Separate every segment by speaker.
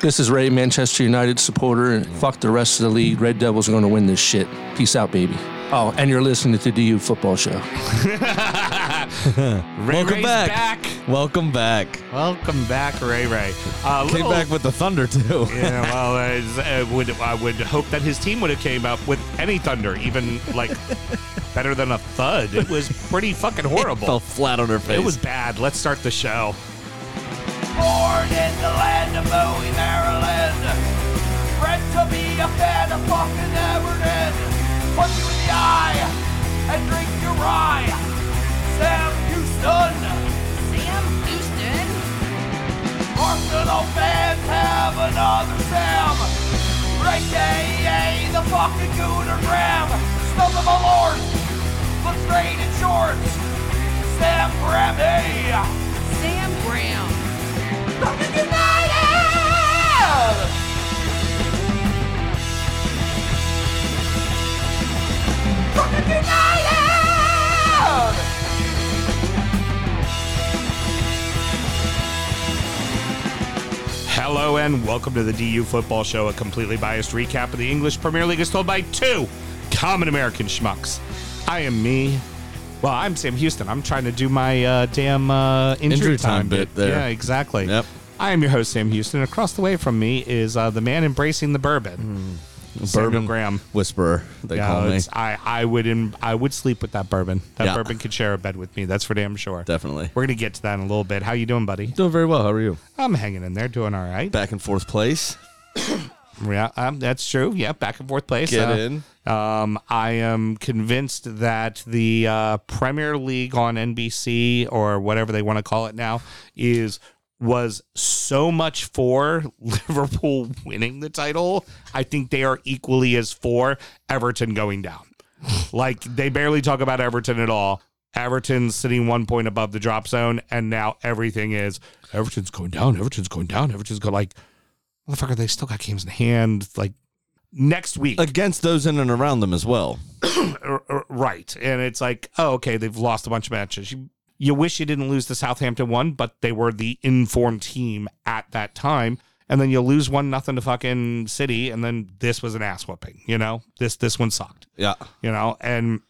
Speaker 1: This is Ray, Manchester United supporter, and fuck the rest of the league. Red Devils are going to win this shit. Peace out, baby. Oh, and you're listening to the DU Football Show.
Speaker 2: Ray
Speaker 3: Welcome
Speaker 2: Ray's
Speaker 3: back. Welcome back.
Speaker 2: Welcome back, Ray Ray. Uh,
Speaker 3: Came
Speaker 2: little-
Speaker 3: back with the thunder too.
Speaker 2: yeah, well, I s- I would I would hope that his team would have came up with any thunder, even like better than a thud. It was pretty fucking horrible.
Speaker 3: Fell flat on her face.
Speaker 2: It was bad. Let's start the show.
Speaker 4: Born in the land of Bowie, Maryland. Bred to be a fan of fucking Everton. Punch you in the eye and drink your rye. Sam Houston.
Speaker 5: Sam Houston.
Speaker 4: Arsenal fans have another Sam. Great AA, the fucking Gooner Graham. Snub of a lord. Look straight in shorts. Sam Grammy.
Speaker 5: Sam Graham.
Speaker 4: Fucking United! Fucking United!
Speaker 2: Hello and welcome to the DU Football Show, a completely biased recap of the English Premier League as told by two common American schmucks. I am me. Well, I'm Sam Houston. I'm trying to do my uh, damn uh, injury,
Speaker 3: Injury time bit there.
Speaker 2: Yeah, exactly.
Speaker 3: Yep.
Speaker 2: I am your host, Sam Houston. Across the way from me is uh, the man embracing the bourbon, Samuel
Speaker 3: Hmm. Bourbon
Speaker 2: Graham.
Speaker 3: whisperer. They
Speaker 2: Yeah,
Speaker 3: call me.
Speaker 2: it's- I, I would in, I would sleep with that bourbon. That
Speaker 3: Yeah.
Speaker 2: bourbon could share a bed with me. That's for damn sure.
Speaker 3: Definitely.
Speaker 2: We're gonna get to that in a little bit. How you doing, buddy?
Speaker 3: Doing very well. How are you?
Speaker 2: I'm hanging in there, doing all right.
Speaker 3: Back in fourth place.
Speaker 2: Yeah, um, that's true. Yeah, back and forth place.
Speaker 3: Get
Speaker 2: Uh,
Speaker 3: in.
Speaker 2: Um, I am convinced that the uh, Premier League on NBC or whatever they want to call it now is was so much for Liverpool winning the title. I think they are equally as for Everton going down. Like they barely talk about Everton at all. Everton's sitting one point above the drop zone, and now everything is Everton's going down. Everton's going down. Everton's going like, motherfucker. They still got games in hand. Like next week,
Speaker 3: Against those in and around them as well.
Speaker 2: r- r- right. And it's like, oh, okay, they've lost a bunch of matches. You, you wish you didn't lose the Southampton one, but they were the informed team at that time. And then you lose one nothing to fucking City, and then this was an ass whooping. You know, this this one sucked.
Speaker 3: Yeah.
Speaker 2: You know, and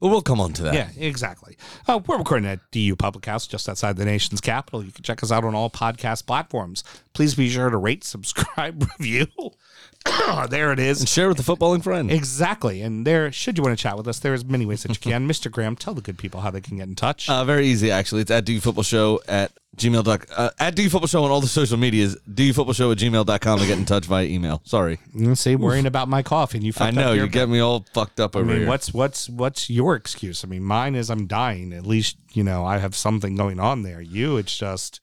Speaker 3: Well, we'll come on to that.
Speaker 2: yeah, exactly. Uh, we're recording at DU Public House, just outside the nation's capital. You can check us out on all podcast platforms. Please be sure to rate, subscribe, review. there it is.
Speaker 3: And share with the footballing friend.
Speaker 2: Exactly. And there, should you want to chat with us, there's many ways that you can. Mr. Graham, tell the good people how they can get in touch.
Speaker 3: Uh, very easy, actually. It's at Do Football Show at gmail. Doc, uh, at Do Football Show on all the social medias. Do Football Show at gmailcom to get in touch via email. Sorry,
Speaker 2: See, worrying about my cough, and you.
Speaker 3: I
Speaker 2: fucked
Speaker 3: know
Speaker 2: up your,
Speaker 3: you get me all fucked up
Speaker 2: I
Speaker 3: over
Speaker 2: mean,
Speaker 3: here.
Speaker 2: what's what's what's your excuse? I mean, mine is I'm dying. At least you know I have something going on there. You, it's just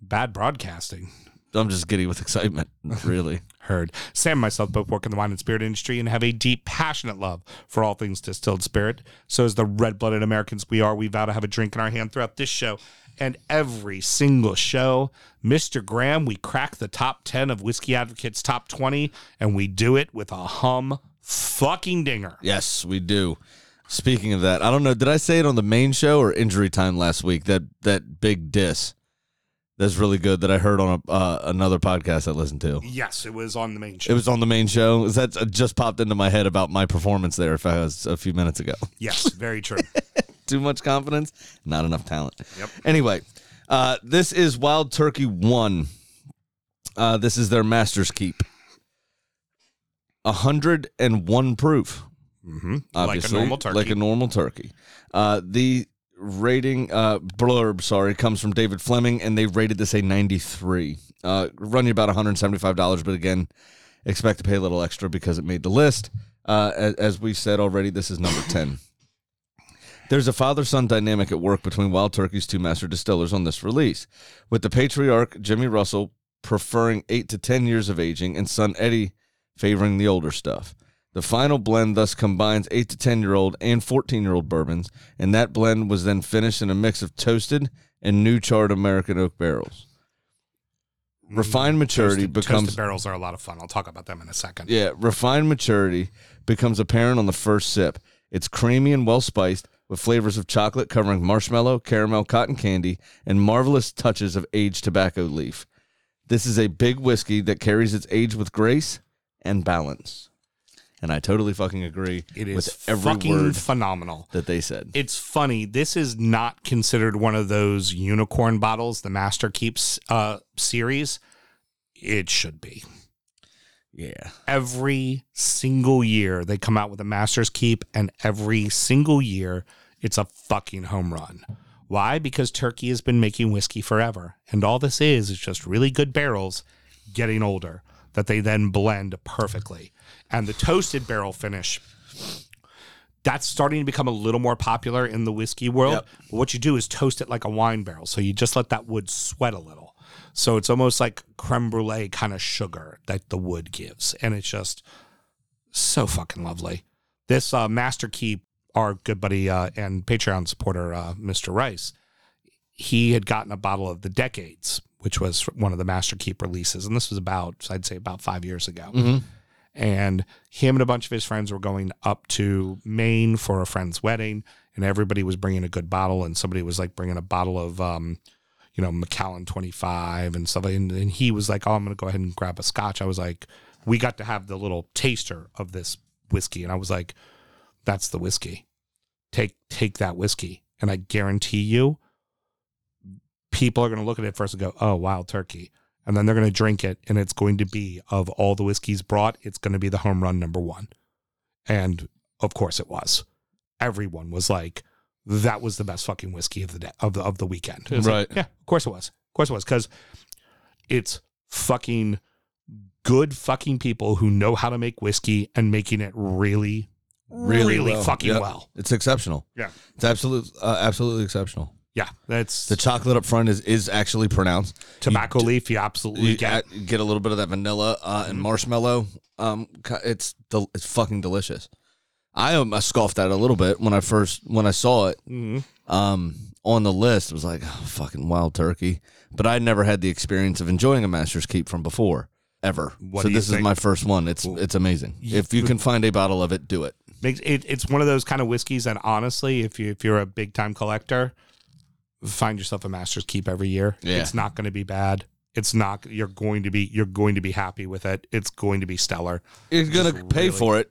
Speaker 2: bad broadcasting.
Speaker 3: I'm just giddy with excitement. Really,
Speaker 2: Heard. Sam and myself both work in the wine and spirit industry and have a deep, passionate love for all things distilled spirit. So, as the red blooded Americans we are, we vow to have a drink in our hand throughout this show and every single show. Mr. Graham, we crack the top 10 of Whiskey Advocate's top 20, and we do it with a hum fucking dinger.
Speaker 3: yes, we do. Speaking of that, I don't know. Did I say it on the main show or injury time last week? That that big diss. That's really good. That I heard on a, uh, another podcast I listened to.
Speaker 2: Yes, it was on the main show.
Speaker 3: It was on the main show. That uh, just popped into my head about my performance there. If I was a few minutes ago.
Speaker 2: yes, very true.
Speaker 3: too much confidence, not enough talent.
Speaker 2: Yep.
Speaker 3: Anyway, uh, this is Wild Turkey One. Uh, this is their Masters Keep. hundred and one proof.
Speaker 2: hmm Like a
Speaker 3: Mm-hmm. Obviously,
Speaker 2: normal turkey.
Speaker 3: Like a normal turkey. Uh, the rating uh, blurb, sorry, comes from David Fleming, and they rated this a ninety-three. Uh, run you about one hundred and seventy-five dollars, but again, expect to pay a little extra because it made the list. Uh, as, as we've said already, this is number ten. There's a father son dynamic at work between Wild Turkey's two master distillers on this release, with the patriarch Jimmy Russell preferring 8 to 10 years of aging and son Eddie favoring the older stuff. The final blend thus combines 8 to 10 year old and 14 year old bourbons, and that blend was then finished in a mix of toasted and new charred American oak barrels. Refined maturity
Speaker 2: Mm, Toasted-
Speaker 3: becomes
Speaker 2: toasted barrels are a lot of fun. I'll talk about them in a second.
Speaker 3: yeah, refined maturity becomes apparent on the first sip. It's creamy and well spiced, with flavors of chocolate covering marshmallow, caramel, cotton candy, and marvelous touches of aged tobacco leaf. This is a big whiskey that carries its age with grace and balance. And I totally fucking agree
Speaker 2: It is
Speaker 3: with every
Speaker 2: fucking
Speaker 3: word
Speaker 2: phenomenal.
Speaker 3: that they said.
Speaker 2: It's funny. This is not considered one of those unicorn bottles, the Master Keeps uh, series. It should be.
Speaker 3: yeah.
Speaker 2: Every single year they come out with a Master's Keep, and every single year it's a fucking home run. Why? Because Turkey has been making whiskey forever. And all this is is just really good barrels getting older that they then blend perfectly. And the toasted barrel finish that's starting to become a little more popular in the whiskey world.
Speaker 3: Yep.
Speaker 2: But what you do is toast it like a wine barrel. So you just let that wood sweat a little. So it's almost like creme brulee kind of sugar that the wood gives. And it's just so fucking lovely. This uh, Master Keep, our good buddy uh, and Patreon supporter, uh, Mr. Rice, he had gotten a bottle of the Decades, which was one of the Master Keep releases. And this was about, I'd say, about five years ago and him and a bunch of his friends were going up to Maine for a friend's wedding, and everybody was bringing a good bottle, and somebody was like bringing a bottle of, um, you know, Macallan twenty five and stuff, and, and he was like, "Oh, I'm gonna go ahead and grab a scotch." I was like, "We got to have the little taster of this whiskey," and I was like, "That's the whiskey. Take take that whiskey," and I guarantee you, people are gonna look at it first and go, "Oh, wild turkey." and then they're going to drink it and it's going to be of all the whiskeys brought it's going to be the home run number one and of course it was everyone was like that was the best fucking whiskey of the day, of the of the weekend It was like,
Speaker 3: Right.
Speaker 2: yeah of course it was of course it was because it's fucking good fucking people who know how to make whiskey and making it really really,
Speaker 3: well.
Speaker 2: fucking
Speaker 3: Yep.
Speaker 2: well
Speaker 3: It's exceptional.
Speaker 2: Yeah.
Speaker 3: It's absolute, uh, absolutely exceptional.
Speaker 2: yeah that's
Speaker 3: The chocolate up front is, is actually pronounced.
Speaker 2: tobacco leaf you absolutely
Speaker 3: You
Speaker 2: get Mm-hmm.
Speaker 3: get, get a little bit of that vanilla uh, and marshmallow. Um, ki- it's del- it's fucking delicious. I um, I scoffed at it a little bit when I first when I saw it
Speaker 2: Mhm.
Speaker 3: um on the list. It was like "Oh, fucking wild turkey, but I never had the experience of enjoying a master's keep from before ever.
Speaker 2: What
Speaker 3: so
Speaker 2: do you
Speaker 3: this is
Speaker 2: think?
Speaker 3: my first one. It's it's amazing. If you can find a bottle of it, do it.
Speaker 2: makes it, it's one of those kind of whiskeys that honestly if you if you're a big time collector find yourself a master's keep every year
Speaker 3: Yeah.
Speaker 2: it's not going to be bad it's not you're going to be you're going to be happy with it it's going to be stellar
Speaker 3: You're gonna
Speaker 2: Just
Speaker 3: pay
Speaker 2: really-
Speaker 3: for it.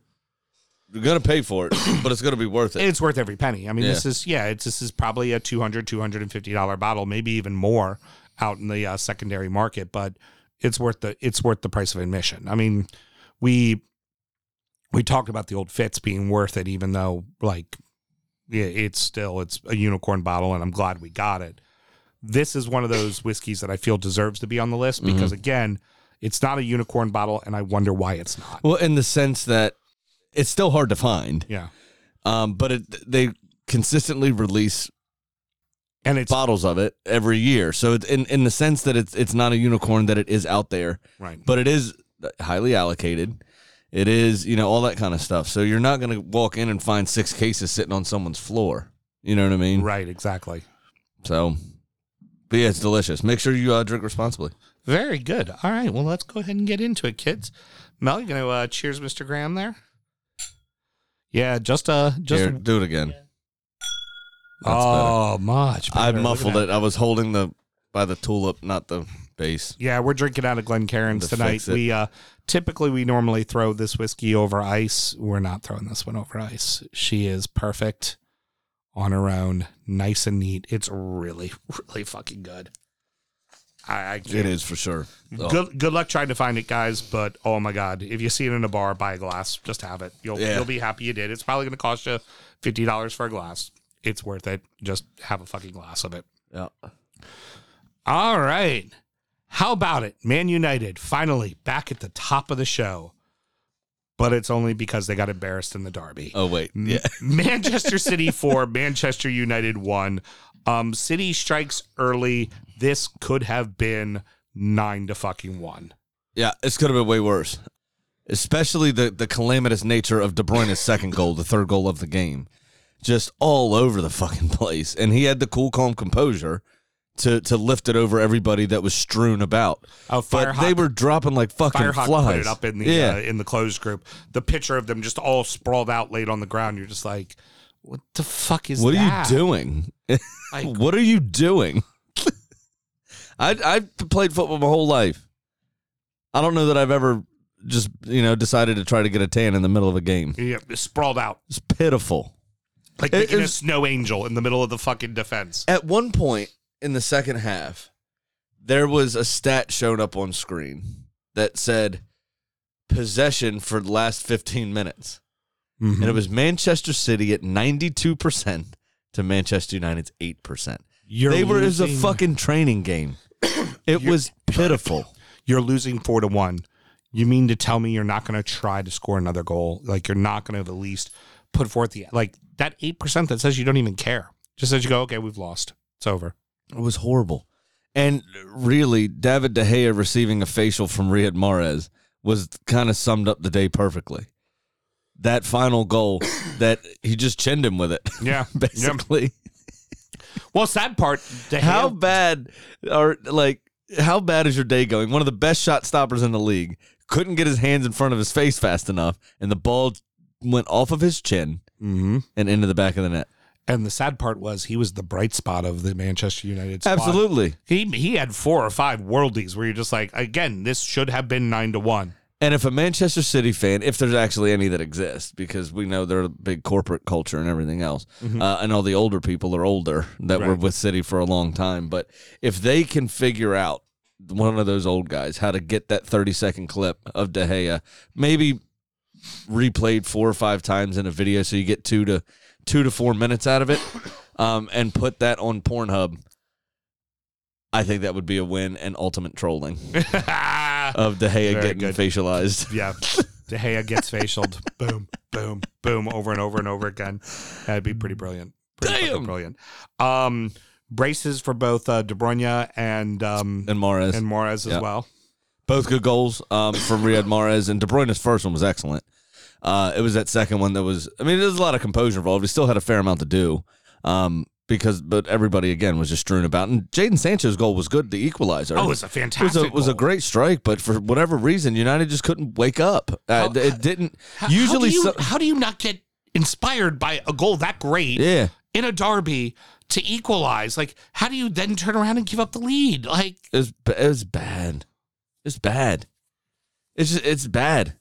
Speaker 3: You're gonna pay for it, but it's gonna be worth it.
Speaker 2: it's worth every penny i mean
Speaker 3: Yeah.
Speaker 2: this is yeah it's this is probably a 200 250 dollar bottle maybe even more out in the uh, secondary market but it's worth the it's worth the price of admission i mean we we talked about the old fits being worth it even though like yeah, it's still it's a unicorn bottle and i'm glad we got it this is one of those whiskeys that i feel deserves to be on the list because again it's not a unicorn bottle and i wonder why it's not
Speaker 3: Well, in the sense that it's still hard to find,
Speaker 2: yeah
Speaker 3: um, but it, they consistently release
Speaker 2: and it's
Speaker 3: bottles of it every year. So it's in in the sense that it's it's not a unicorn that it is out there,
Speaker 2: right
Speaker 3: but it is highly allocated. It is you know all that kind of stuff. So you're not going to walk in and find six cases sitting on someone's floor. You know what I mean?
Speaker 2: right exactly
Speaker 3: So, but yeah, it's delicious. Make sure you uh, drink responsibly.
Speaker 2: Very good. All right. Well, let's go ahead and get into it, kids. Mel, you gonna uh, cheers, Mr. Graham? There. Yeah. Just uh. Just.
Speaker 3: Here, do it again. That's
Speaker 2: oh, much.
Speaker 3: I
Speaker 2: better. Look at
Speaker 3: muffled it.
Speaker 2: that.
Speaker 3: I was holding the by the tulip, not the base.
Speaker 2: Yeah, we're drinking out of Glencairn's
Speaker 3: To
Speaker 2: tonight.
Speaker 3: fix it.
Speaker 2: We uh typically we normally throw this whiskey over ice. We're not throwing this one over ice. She is perfect on her own, nice and neat. It's really, really fucking good. I, I can't
Speaker 3: It is for sure. Oh,
Speaker 2: Good good luck trying to find it, guys. But oh my god, if you see it in a bar, buy a glass. Just have it. You'll
Speaker 3: Yeah.
Speaker 2: you'll be happy you did. It's probably going to cost you fifty dollars for a glass. It's worth it. Just have a fucking glass of it.
Speaker 3: yeah.
Speaker 2: All right. How about it? Man United finally back at the top of the show, but it's only because they got embarrassed in the derby.
Speaker 3: Oh wait. Yeah.
Speaker 2: Manchester City four, Manchester United one. Um, City strikes early. This could have been nine to fucking one.
Speaker 3: Yeah, this could have been way worse. Especially the, the calamitous nature of De Bruyne's second goal, the third goal of the game. Just all over the fucking place. And he had the cool, calm composure to, to lift it over everybody that was strewn about.
Speaker 2: Oh,
Speaker 3: But they
Speaker 2: Firehawk-
Speaker 3: were dropping like fucking
Speaker 2: Firehawk
Speaker 3: flies.
Speaker 2: put it up in the
Speaker 3: yeah.
Speaker 2: uh, in the closed group. The picture of them just all sprawled out, laid on the ground. You're just like, what the fuck is
Speaker 3: what are
Speaker 2: that?
Speaker 3: you doing?
Speaker 2: Like,
Speaker 3: what are you doing? I I've played football my whole life. I don't know that I've ever just you know decided to try to get a tan in the middle of a game.
Speaker 2: Yeah, sprawled out
Speaker 3: It's pitiful.
Speaker 2: like
Speaker 3: It-
Speaker 2: making a
Speaker 3: it's-
Speaker 2: snow angel in the middle of the fucking defense.
Speaker 3: At one point in the second half, there was a stat shown up on screen that said possession for the last 15 minutes. And
Speaker 2: Mhm.
Speaker 3: it was Manchester City at 92% to Manchester United's 8%.
Speaker 2: You're
Speaker 3: they were it was
Speaker 2: losing-
Speaker 3: a fucking training game. It was pitiful.
Speaker 2: You're losing four to one. You mean to tell me you're not going to try to score another goal? Like you're not going to at least put forth the like that eight percent that says you don't even care. Just says you go, okay, we've lost. It's over.
Speaker 3: It was horrible. And really, David De Gea receiving a facial from Riyad Mahrez was kind of summed up the day perfectly. That final goal that he just chinned him with it,
Speaker 2: Yeah,
Speaker 3: basically.
Speaker 2: Well, sad part. De Gea-
Speaker 3: How bad are like how bad is your day going? One of the best shot stoppers in the league couldn't get his hands in front of his face fast enough, and the ball went off of his chin
Speaker 2: Mhm.
Speaker 3: and into the back of the net.
Speaker 2: And the sad part was he was the bright spot of the Manchester United. Squad.
Speaker 3: Absolutely.
Speaker 2: He he had four or five worldies where you're just like, again, this should have been nine to one.
Speaker 3: And if a Manchester City fan, if there's actually any that exist, because we know they're a big corporate culture and everything else, uh, and all the older people are older that were
Speaker 2: Mm-hmm. Right.
Speaker 3: with City for a long time, but if they can figure out one of those old guys how to get that 30 second clip of De Gea, maybe replayed four or five times in a video, so you get two to two to four minutes out of it, um, and put that on Pornhub. I think that would be a win and ultimate trolling
Speaker 2: yeah.
Speaker 3: of De Gea
Speaker 2: Very
Speaker 3: getting
Speaker 2: good.
Speaker 3: facialized.
Speaker 2: De Gea gets facialed. boom, boom, boom, over and over and over again. That'd be pretty brilliant. Pretty fucking
Speaker 3: Damn.
Speaker 2: brilliant. Um, braces for both uh, De Bruyne and um,
Speaker 3: and Mares.
Speaker 2: and Morez as
Speaker 3: Yeah.
Speaker 2: well.
Speaker 3: Both good goals um, from Riyad Mahrez. And De Bruyne's first one was excellent. Uh, it was that second one that was, I mean, there's a lot of composure involved. He still had a fair amount to do um, because, but everybody, again, was just strewn about. And Jaden Sancho's goal was good, the equalizer.
Speaker 2: Oh, it's a
Speaker 3: It was
Speaker 2: fantastic.
Speaker 3: a, was a
Speaker 2: goal.
Speaker 3: great strike, but for whatever reason, United just couldn't wake up. Uh, it didn't.
Speaker 2: How-
Speaker 3: usually,
Speaker 2: how do, you,
Speaker 3: so-
Speaker 2: how do you not get inspired by a goal that great
Speaker 3: yeah.
Speaker 2: in a derby to equalize? Like, how do you then turn around and give up the lead? Like,
Speaker 3: It was, ba- it was bad. It's bad. It's just, it's bad.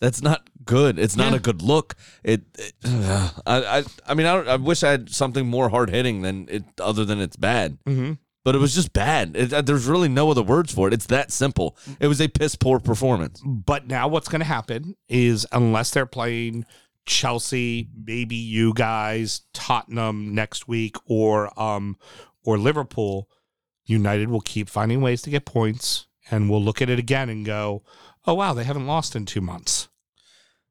Speaker 3: That's not good. It's not
Speaker 2: Yeah.
Speaker 3: a good look. It, it- I, I I mean I, don't, I wish I had something more hard hitting than it other than it's bad. But it was just bad. It, uh, there's really no other words for it. It's that simple. It was a piss poor performance.
Speaker 2: But now what's going to happen is unless they're playing Chelsea, maybe you guys, Tottenham next week or um or Liverpool, United will keep finding ways to get points and we'll look at it again and go, "Oh wow, they haven't lost in 2 months."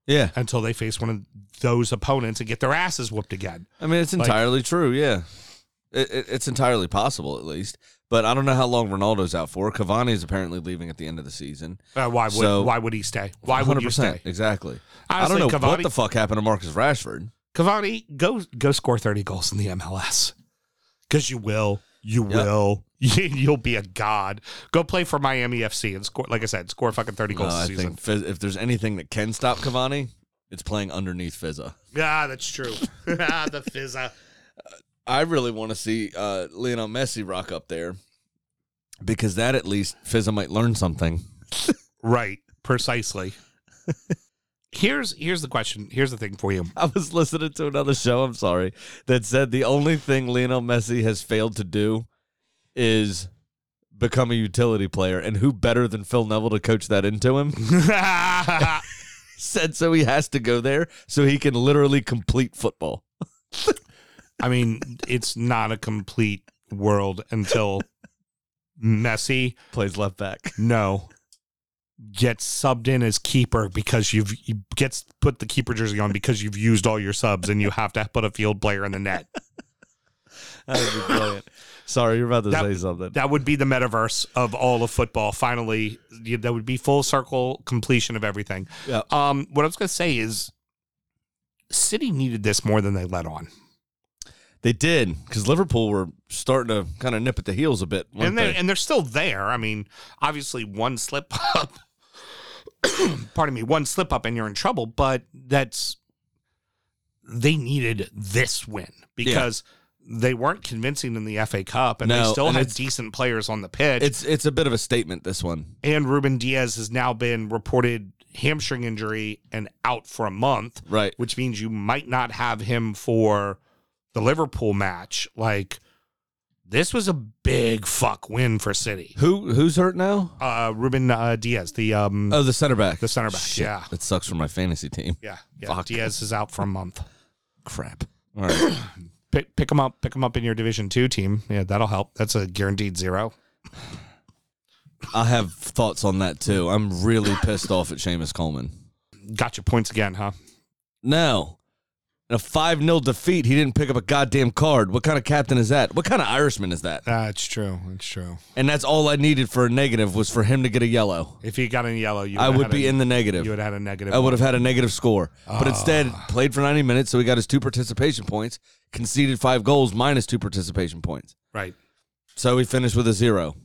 Speaker 3: Yeah,
Speaker 2: Until they face one of those opponents and get their asses whooped again.
Speaker 3: I mean it's entirely true. Yeah, it, it, it's entirely possible at least. But I don't know how long Ronaldo's out for. Cavani is apparently leaving at the end of the season.
Speaker 2: Uh, why would
Speaker 3: So-
Speaker 2: why would he stay? Why would you stay?
Speaker 3: exactly.
Speaker 2: Honestly,
Speaker 3: I don't know what
Speaker 2: Cavani-
Speaker 3: the fuck happened to Marcus Rashford.
Speaker 2: Cavani, go go score 30 goals in the MLS. Cause you will. You
Speaker 3: Yeah.
Speaker 2: will. You'll be a god. Go play for Miami FC and score like I said, score fucking 30
Speaker 3: No,
Speaker 2: goals
Speaker 3: Uh, I
Speaker 2: this season.
Speaker 3: think Fiz- if there's anything that can stop Cavani, it's playing underneath Fizza.
Speaker 2: Yeah, that's true. Ah, the fizza.
Speaker 3: I really want to see uh, Lionel Messi rock up there because that at least Fizza might learn something.
Speaker 2: Right. Precisely. Here's here's the question. Here's the thing for you.
Speaker 3: I was listening to another show, I'm sorry, that said the only thing Lionel Messi has failed to do is become a utility player. And who better than Phil Neville to coach that into him? said so he has to go there so he can literally complete football.
Speaker 2: I mean, it's not a complete world until Messi
Speaker 3: Plays left back.
Speaker 2: No. Gets subbed in as keeper because you've you gets put the keeper jersey on because you've used all your subs and you have to put a field player in the net.
Speaker 3: That would be brilliant. Sorry, you're about to
Speaker 2: That-
Speaker 3: say something.
Speaker 2: That would be the metaverse of all of football. Finally, you- that would be full circle completion of everything.
Speaker 3: Yeah.
Speaker 2: Um, what I was gonna say is, City needed this more than they let on,
Speaker 3: They did because Liverpool were starting to kind of nip at the heels a bit. weren't
Speaker 2: and they're
Speaker 3: they?
Speaker 2: and they're still there. I mean, obviously, one slip up. pardon me, one slip up and you're in trouble, but that's they needed this win because they weren't convincing in the FA Cup, and they
Speaker 3: No,
Speaker 2: still
Speaker 3: and
Speaker 2: had
Speaker 3: it's-
Speaker 2: decent players on the pitch.
Speaker 3: It's it's a bit of a statement. This one.
Speaker 2: and Ruben Diaz has now been reported hamstring injury and out for a month,
Speaker 3: Right.
Speaker 2: which means you might not have him for the Liverpool match. Like this was a big fuck win for City.
Speaker 3: Who who's hurt now?
Speaker 2: Uh, Ruben uh, Diaz, the um,
Speaker 3: Oh, the center back.
Speaker 2: the center back, yeah.
Speaker 3: That sucks for my fantasy team.
Speaker 2: yeah, yeah,
Speaker 3: fuck.
Speaker 2: Diaz is out for a month.
Speaker 3: Crap. All right.
Speaker 2: Pick pick him up, pick him up in your Division Two team. Yeah, that'll help. That's a guaranteed zero.
Speaker 3: I have thoughts on that too. I'm really pissed off at Seamus Coleman.
Speaker 2: Got your points again, huh?
Speaker 3: No. In a 5 0 defeat, he didn't pick up a goddamn card. What kind of captain is that? What kind of Irishman is that?
Speaker 2: Uh, it's true. It's true.
Speaker 3: And that's all I needed for a negative was for him to get a yellow.
Speaker 2: If you got in yellow, you
Speaker 3: I
Speaker 2: would've
Speaker 3: would
Speaker 2: had
Speaker 3: be
Speaker 2: a-
Speaker 3: in the
Speaker 2: You would
Speaker 3: negative.
Speaker 2: have had a Ah. negative.
Speaker 3: I
Speaker 2: one.
Speaker 3: would have had a negative score. But instead, played for 90 minutes, so he got his two participation points, conceded five goals minus two participation points.
Speaker 2: right.
Speaker 3: So he finished with a zero.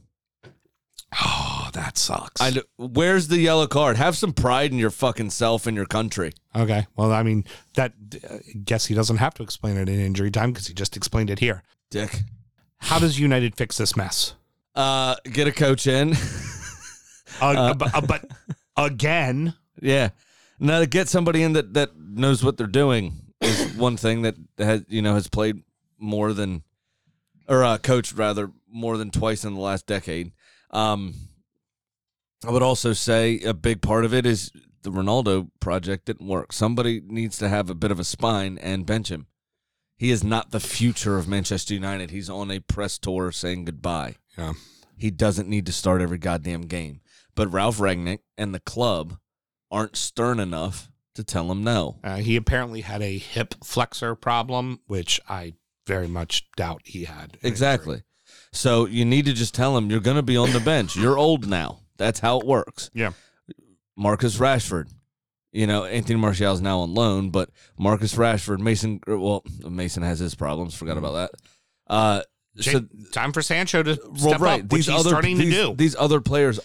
Speaker 2: Oh, that sucks.
Speaker 3: I, kn- where's the yellow card? Have some pride in your fucking self and your country.
Speaker 2: okay. Well, I mean, that uh, guess he doesn't have to explain it in injury time because he just explained it here.
Speaker 3: Dick.
Speaker 2: How does United fix this mess?
Speaker 3: Uh, get a coach in.
Speaker 2: Uh, but, uh, but again,
Speaker 3: Yeah. Now to get somebody in that that knows what they're doing is one thing that has you know has played more than or uh, coached rather more than twice in the last decade. Um, I would also say a big part of it is the Ronaldo project didn't work. Somebody needs to have a bit of a spine and bench him. He is not the future of Manchester United. He's on a press tour saying goodbye.
Speaker 2: Yeah.
Speaker 3: He doesn't need to start every goddamn game. But Ralph Ragnick and the club aren't stern enough to tell him no.
Speaker 2: uh, he apparently had a hip flexor problem, which I very much doubt he had.
Speaker 3: Exactly. So you need to just tell him you're going to be on the bench. You're old now. That's how it works.
Speaker 2: Yeah.
Speaker 3: Marcus Rashford. You know, Anthony Martial's now on loan, but Marcus Rashford, Mason, or, well, Mason has his problems. Forgot about that. Uh,
Speaker 2: Ja-
Speaker 3: so,
Speaker 2: time for Sancho to step
Speaker 3: well, right.
Speaker 2: up,
Speaker 3: these
Speaker 2: which he's
Speaker 3: other
Speaker 2: starting
Speaker 3: these,
Speaker 2: to do.
Speaker 3: these other players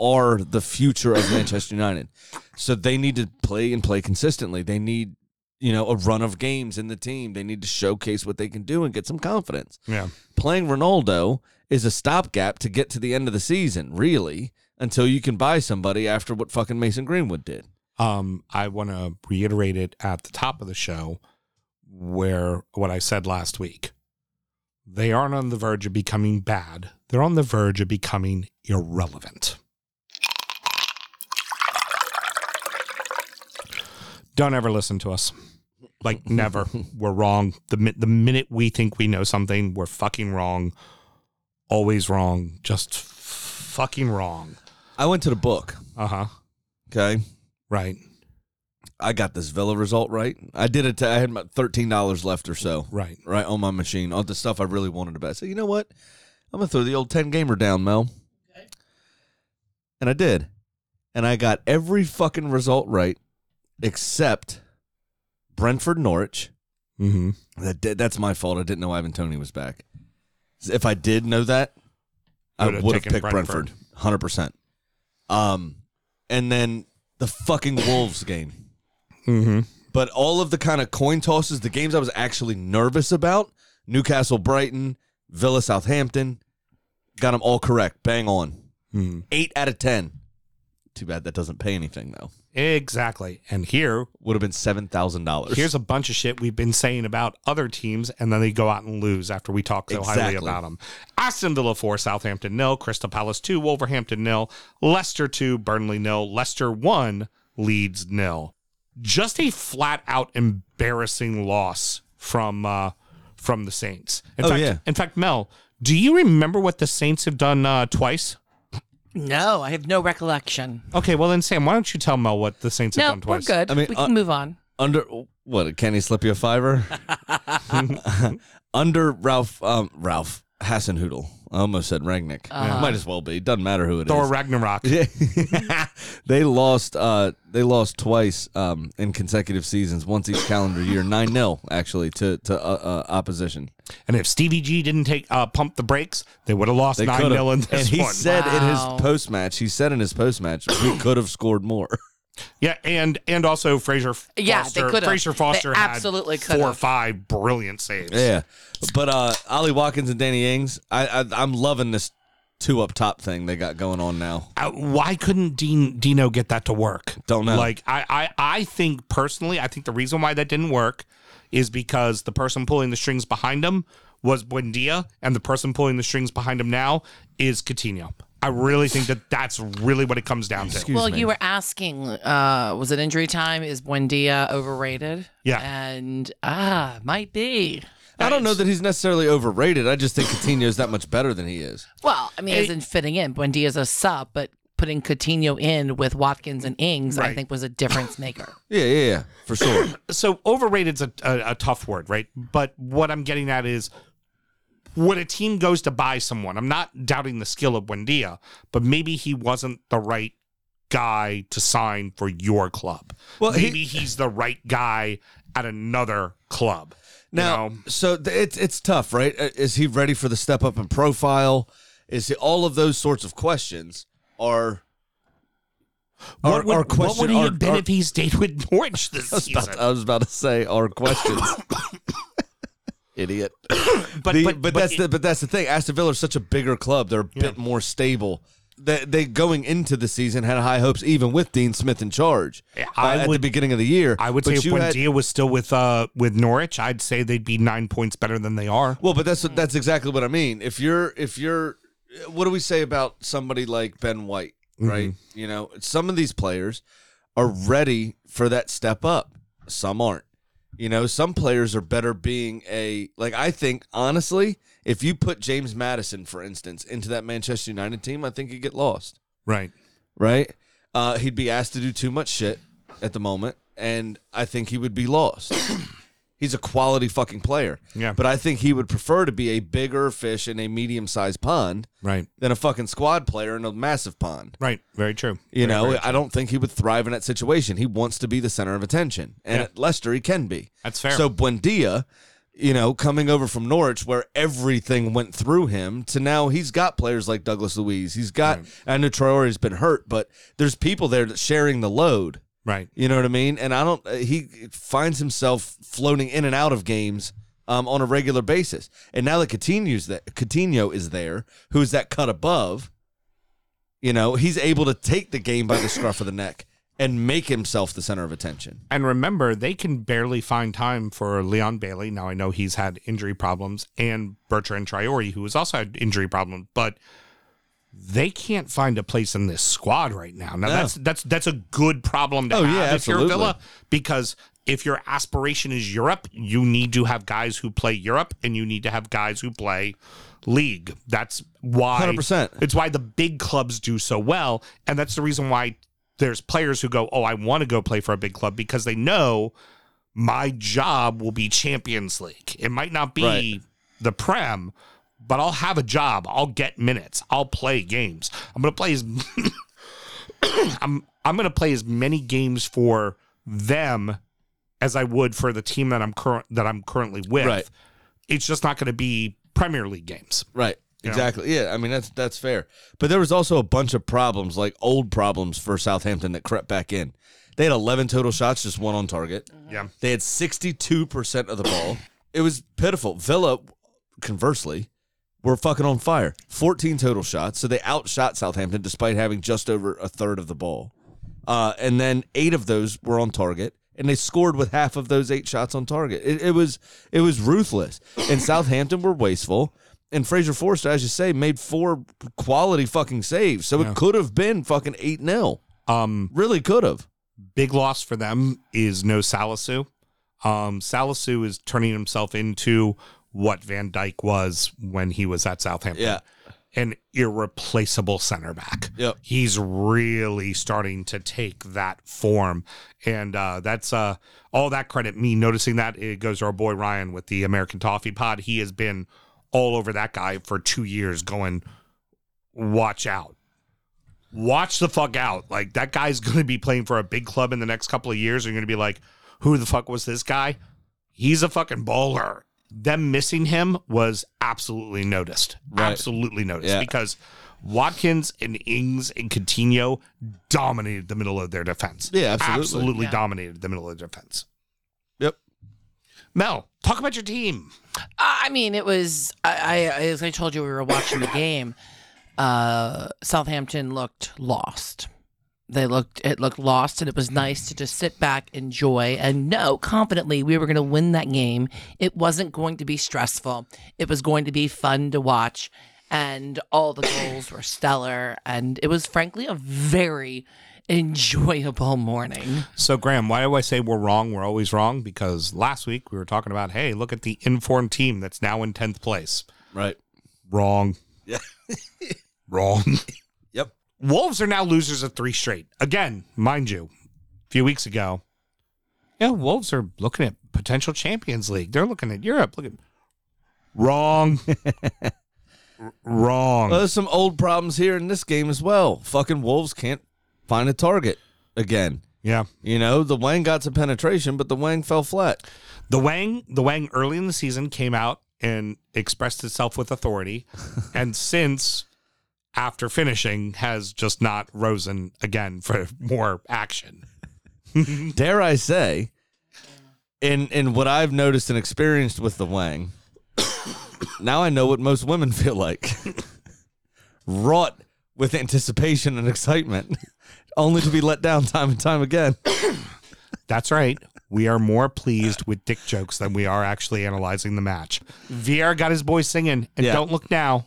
Speaker 3: are the future of Manchester United, so they need to play and play consistently. They need you know a run of games in the team. They need to showcase what they can do and get some confidence.
Speaker 2: yeah.
Speaker 3: Playing Ronaldo is a stopgap to get to the end of the season, really, until you can buy somebody after what fucking Mason Greenwood did.
Speaker 2: Um, I want to reiterate it at the top of the show where what I said last week. They aren't on the verge of becoming bad. They're on the verge of becoming irrelevant. Don't ever listen to us. Like never. we're wrong. The mi- the minute we think we know something, we're fucking wrong. Always wrong. Just f- fucking wrong.
Speaker 3: I went to the book.
Speaker 2: Uh-huh.
Speaker 3: Okay.
Speaker 2: Right.
Speaker 3: I got this Villa result right. I did it. T- I had my thirteen dollars left or so.
Speaker 2: Right.
Speaker 3: right on my machine, all the stuff I really wanted to bet. So you know what? I'm gonna throw the old ten gamer down, Mel. And I did, and I got every fucking result right except Brentford Norwich.
Speaker 2: Mhm.
Speaker 3: That did, that's my fault. I didn't know Ivan Tony was back. If I did know that, I
Speaker 2: Would've
Speaker 3: would have
Speaker 2: taken
Speaker 3: picked Brentford,
Speaker 2: Brentford.
Speaker 3: hundred percent. Um, and then the fucking Wolves game.
Speaker 2: Mhm.
Speaker 3: But all of the kind of coin tosses, the games I was actually nervous about, Newcastle Brighton, Villa Southampton, got them all correct. Bang on.
Speaker 2: Mhm.
Speaker 3: Eight out of 10. Too bad that doesn't pay anything, though.
Speaker 2: Exactly. And here,
Speaker 3: Would have been $7,000.
Speaker 2: here's a bunch of shit we've been saying about other teams, and then they go out and lose after we talk so highly
Speaker 3: Exactly.
Speaker 2: about them. Aston Villa 4, Southampton nil, Crystal Palace 2, Wolverhampton nil, Leicester 2, Burnley nil, Leicester 1, Leeds nil. Just a flat out embarrassing loss from uh, from the Saints. In
Speaker 3: Oh,
Speaker 2: fact,
Speaker 3: yeah.
Speaker 2: in fact, Mel, do you remember what the Saints have done uh, twice?
Speaker 6: No, I have no recollection.
Speaker 2: Okay, well then, Sam, why don't you tell Mel what the Saints have
Speaker 6: No,
Speaker 2: done
Speaker 6: we're
Speaker 2: twice?
Speaker 6: good.
Speaker 3: I mean,
Speaker 6: we
Speaker 3: uh,
Speaker 6: can move on.
Speaker 3: under what can he slip you a fiver under ralph um ralph hassenhoodle i almost said ragnick might as well be doesn't matter who it is.
Speaker 2: Thor Ragnarok.
Speaker 3: Yeah. they lost uh they lost twice um in consecutive seasons once each calendar year 9-0 actually to to uh, uh, opposition
Speaker 2: And if Stevie G didn't take uh, pump the brakes, they would have lost
Speaker 3: they
Speaker 2: nine
Speaker 3: could've-
Speaker 2: nil in
Speaker 3: and
Speaker 2: this
Speaker 3: he
Speaker 2: one.
Speaker 3: said in
Speaker 6: Wow.
Speaker 3: his post match he said in his post match we could have scored more
Speaker 2: Yeah, and and also Fraser.
Speaker 5: Yeah, they
Speaker 2: Foster,
Speaker 5: could've.
Speaker 2: Fraser
Speaker 5: They
Speaker 2: Foster had
Speaker 5: absolutely could've.
Speaker 2: four or five brilliant saves.
Speaker 3: Yeah, but uh, Ollie Watkins and Danny Ings, I, I I'm loving this two up top thing they got going on now.
Speaker 2: Uh, why couldn't Dean Dino get that to work?
Speaker 3: Don't know.
Speaker 2: Like I, I I think personally, I think the reason why that didn't work is because the person pulling the strings behind him was Buendia, and the person pulling the strings behind him now is Coutinho. I really think that that's really what it comes down to.
Speaker 3: Excuse
Speaker 6: well,
Speaker 3: me.
Speaker 6: you were asking, uh, was it injury time? Is Buendia overrated?
Speaker 2: Yeah.
Speaker 6: And ah, might be.
Speaker 3: I don't know that he's necessarily overrated. I just think Coutinho is that much better than he is.
Speaker 6: Well, I mean, isn't fitting in. Buendia's a sub, but putting Coutinho in with Watkins and Ings, I
Speaker 2: Right.
Speaker 6: think, was a difference maker.
Speaker 3: Yeah, yeah, yeah, for sure.
Speaker 2: so overrated's a, a, a tough word, right? But what I'm getting at is when a team goes to buy someone, I'm not doubting the skill of Wendia, but maybe he wasn't the right guy to sign for your club. Well,
Speaker 3: he-
Speaker 2: maybe he's the right guy at another club. you
Speaker 3: Now,
Speaker 2: know?
Speaker 3: so th- it's it's tough, right? Uh, Is he ready for the step up in profile? Is he, all of those sorts of questions are are,
Speaker 2: what, would,
Speaker 3: are
Speaker 2: what
Speaker 3: question-
Speaker 2: would he
Speaker 3: are-
Speaker 2: have been
Speaker 3: are-
Speaker 2: if he stayed with Norwich this
Speaker 3: I was,
Speaker 2: season?
Speaker 3: about to, I was about to say are questions. Idiot.
Speaker 2: but,
Speaker 3: The-
Speaker 2: but, but
Speaker 3: that's
Speaker 2: it-
Speaker 3: the but that's the thing. Aston Villa is such a bigger club; they're a bit more stable. They, they going into the season had high hopes, even with Dean Smith in charge.
Speaker 2: Yeah,
Speaker 3: uh,
Speaker 2: I
Speaker 3: at
Speaker 2: would-
Speaker 3: the beginning of the year,
Speaker 2: I would
Speaker 3: But
Speaker 2: say if
Speaker 3: you had-
Speaker 2: Wendia was still with uh with Norwich, I'd say they'd be nine points better than they are.
Speaker 3: Well, but that's that's exactly what I mean. If you're if you're what do we say about somebody like Ben White, right? You know, some of these players are ready for that step up. Some aren't. You know, some players are better being a like I think honestly, if you put James Madison for instance into that Manchester United team, I think he'd get lost,
Speaker 2: Right.
Speaker 3: right? Uh, he'd be asked to do too much shit at the moment and I think he would be lost. He's a quality fucking player.
Speaker 2: Yeah.
Speaker 3: But I think he would prefer to be a bigger fish in a medium sized pond
Speaker 2: Right.
Speaker 3: than a fucking squad player in a massive pond.
Speaker 2: Right. Very true.
Speaker 3: You
Speaker 2: Very,
Speaker 3: know,
Speaker 2: very
Speaker 3: I don't think he would thrive in that situation. He wants to be the center of attention. And
Speaker 2: Yeah.
Speaker 3: at Leicester, he can be.
Speaker 2: That's fair.
Speaker 3: So Buendia, you know, coming over from Norwich where everything went through him to now he's got players like Douglas Louise. He's got, I know Traore's been hurt, but there's people there that's sharing the load.
Speaker 2: Right.
Speaker 3: You know what I mean? And I don't. uh, He finds himself floating in and out of games um, on a regular basis. And now that Coutinho's that Coutinho is there, who's that cut above? You know, he's able to take the game by the scruff of the neck and make himself the center of attention.
Speaker 2: And remember, they can barely find time for Leon Bailey. Now I know he's had injury problems, and Bertrand Traore, who has also had injury problems, but they can't find a place in this squad right now. Now that's that's that's a good problem to
Speaker 3: Oh,
Speaker 2: have
Speaker 3: yeah,
Speaker 2: if
Speaker 3: absolutely.
Speaker 2: you're Villa, because if your aspiration is Europe, you need to have guys who play Europe, and you need to have guys who play league. That's why
Speaker 3: 100%.
Speaker 2: it's why the big clubs do so well, and that's the reason why there's players who go, "Oh, I want to go play for a big club because they know my job will be Champions League. It might not be
Speaker 3: Right.
Speaker 2: the Prem, but I'll have a job. I'll get minutes. I'll play games. I'm going to play as I'm I'm going to play as many games for them as I would for the team that I'm current that I'm currently with.
Speaker 3: Right.
Speaker 2: It's just not going to be Premier League games.
Speaker 3: Right. Exactly. Yeah. I mean, that's that's fair. But there was also a bunch of problems, like old problems for Southampton that crept back in. They had 11 total shots, just one on target.
Speaker 2: Yeah.
Speaker 3: They had 62% of the ball. It was pitiful. Villa, conversely, were fucking on fire. 14 total shots. So they outshot Southampton despite having just over a third of the ball. Uh, and then eight of those were on target. And they scored with half of those eight shots on target. It, it was it was ruthless. And Southampton were wasteful. And Fraser Forster, as you say, made four quality fucking saves. So it could have been fucking 8 0.
Speaker 2: Um
Speaker 3: Really could have.
Speaker 2: big loss for them is no Salisu. Um, Salisu is turning himself into what Van Dyke was when he was at Southampton.
Speaker 3: Yeah.
Speaker 2: An irreplaceable center back.
Speaker 3: Yep.
Speaker 2: He's really starting to take that form. And uh, that's uh, all that credit, me noticing that. It goes to our boy Ryan with the American Toffee Pod. He has been all over that guy for two years, going, watch out watch the fuck out. Like that guy's going to be playing for a big club in the next couple of years. And you're going to be like, who the fuck was this guy? He's a fucking baller. Them missing him was absolutely noticed.
Speaker 3: Right.
Speaker 2: Absolutely noticed
Speaker 3: Yeah.
Speaker 2: because Watkins and Ings and Coutinho dominated the middle of their defense.
Speaker 3: Yeah, absolutely.
Speaker 2: Absolutely
Speaker 6: Yeah.
Speaker 2: dominated the middle of their defense.
Speaker 3: Yep.
Speaker 2: Mel, talk about your team.
Speaker 6: I mean, it was. I, I as I told you, we were watching the game. Uh, Southampton looked lost. They looked it looked lost, and it was nice to just sit back, enjoy, and know confidently we were going to win that game. It wasn't going to be stressful. It was going to be fun to watch, and all the goals were stellar. And it was frankly a very enjoyable morning.
Speaker 2: So, Graham, why do I say we're wrong? We're always wrong because last week we were talking about, hey, look at the informed team that's now in 10th place.
Speaker 3: Right.
Speaker 2: Wrong.
Speaker 3: Yeah.
Speaker 2: wrong.
Speaker 3: Yep.
Speaker 2: Wolves are now losers of three straight. Again, mind you, a few weeks ago. Yeah, Wolves are looking at potential Champions League. They're looking at Europe. Look at wrong. R- wrong.
Speaker 3: Well, there's some old problems here in this game as well. Fucking Wolves can't find a target again.
Speaker 2: yeah.
Speaker 3: You know, the Wang got some penetration, but the Wang fell flat.
Speaker 2: The Wang, the Wang early in the season came out and expressed itself with authority, and since after finishing has just not risen again for more action.
Speaker 3: Dare I say, in in what I've noticed and experienced with the Wang, now I know what most women feel like. Wrought with anticipation and excitement, only to be let down time and time again.
Speaker 2: That's right. We are more pleased with dick jokes than we are actually analyzing the match. VR got his boys singing, and
Speaker 3: Yeah.
Speaker 2: don't look now.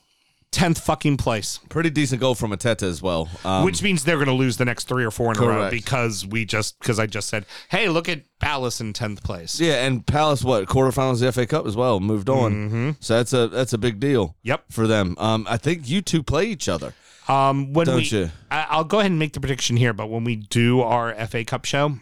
Speaker 2: 10th fucking place,
Speaker 3: Pretty decent goal from Ateta as well. Um,
Speaker 2: which means they're going to lose the next three or four in a row
Speaker 3: Correct.
Speaker 2: because we just, because I just said, hey, look at Palace in 10th place.
Speaker 3: Yeah, and Palace what quarterfinals of the FA Cup as well moved on, so that's a that's a big deal.
Speaker 2: Mm-hmm. Yep.
Speaker 3: for them. Um, I think you two play each other.
Speaker 2: Um, when
Speaker 3: Don't
Speaker 2: we,
Speaker 3: you?
Speaker 2: I, I'll go ahead and make the prediction here, but when we do our FA Cup show,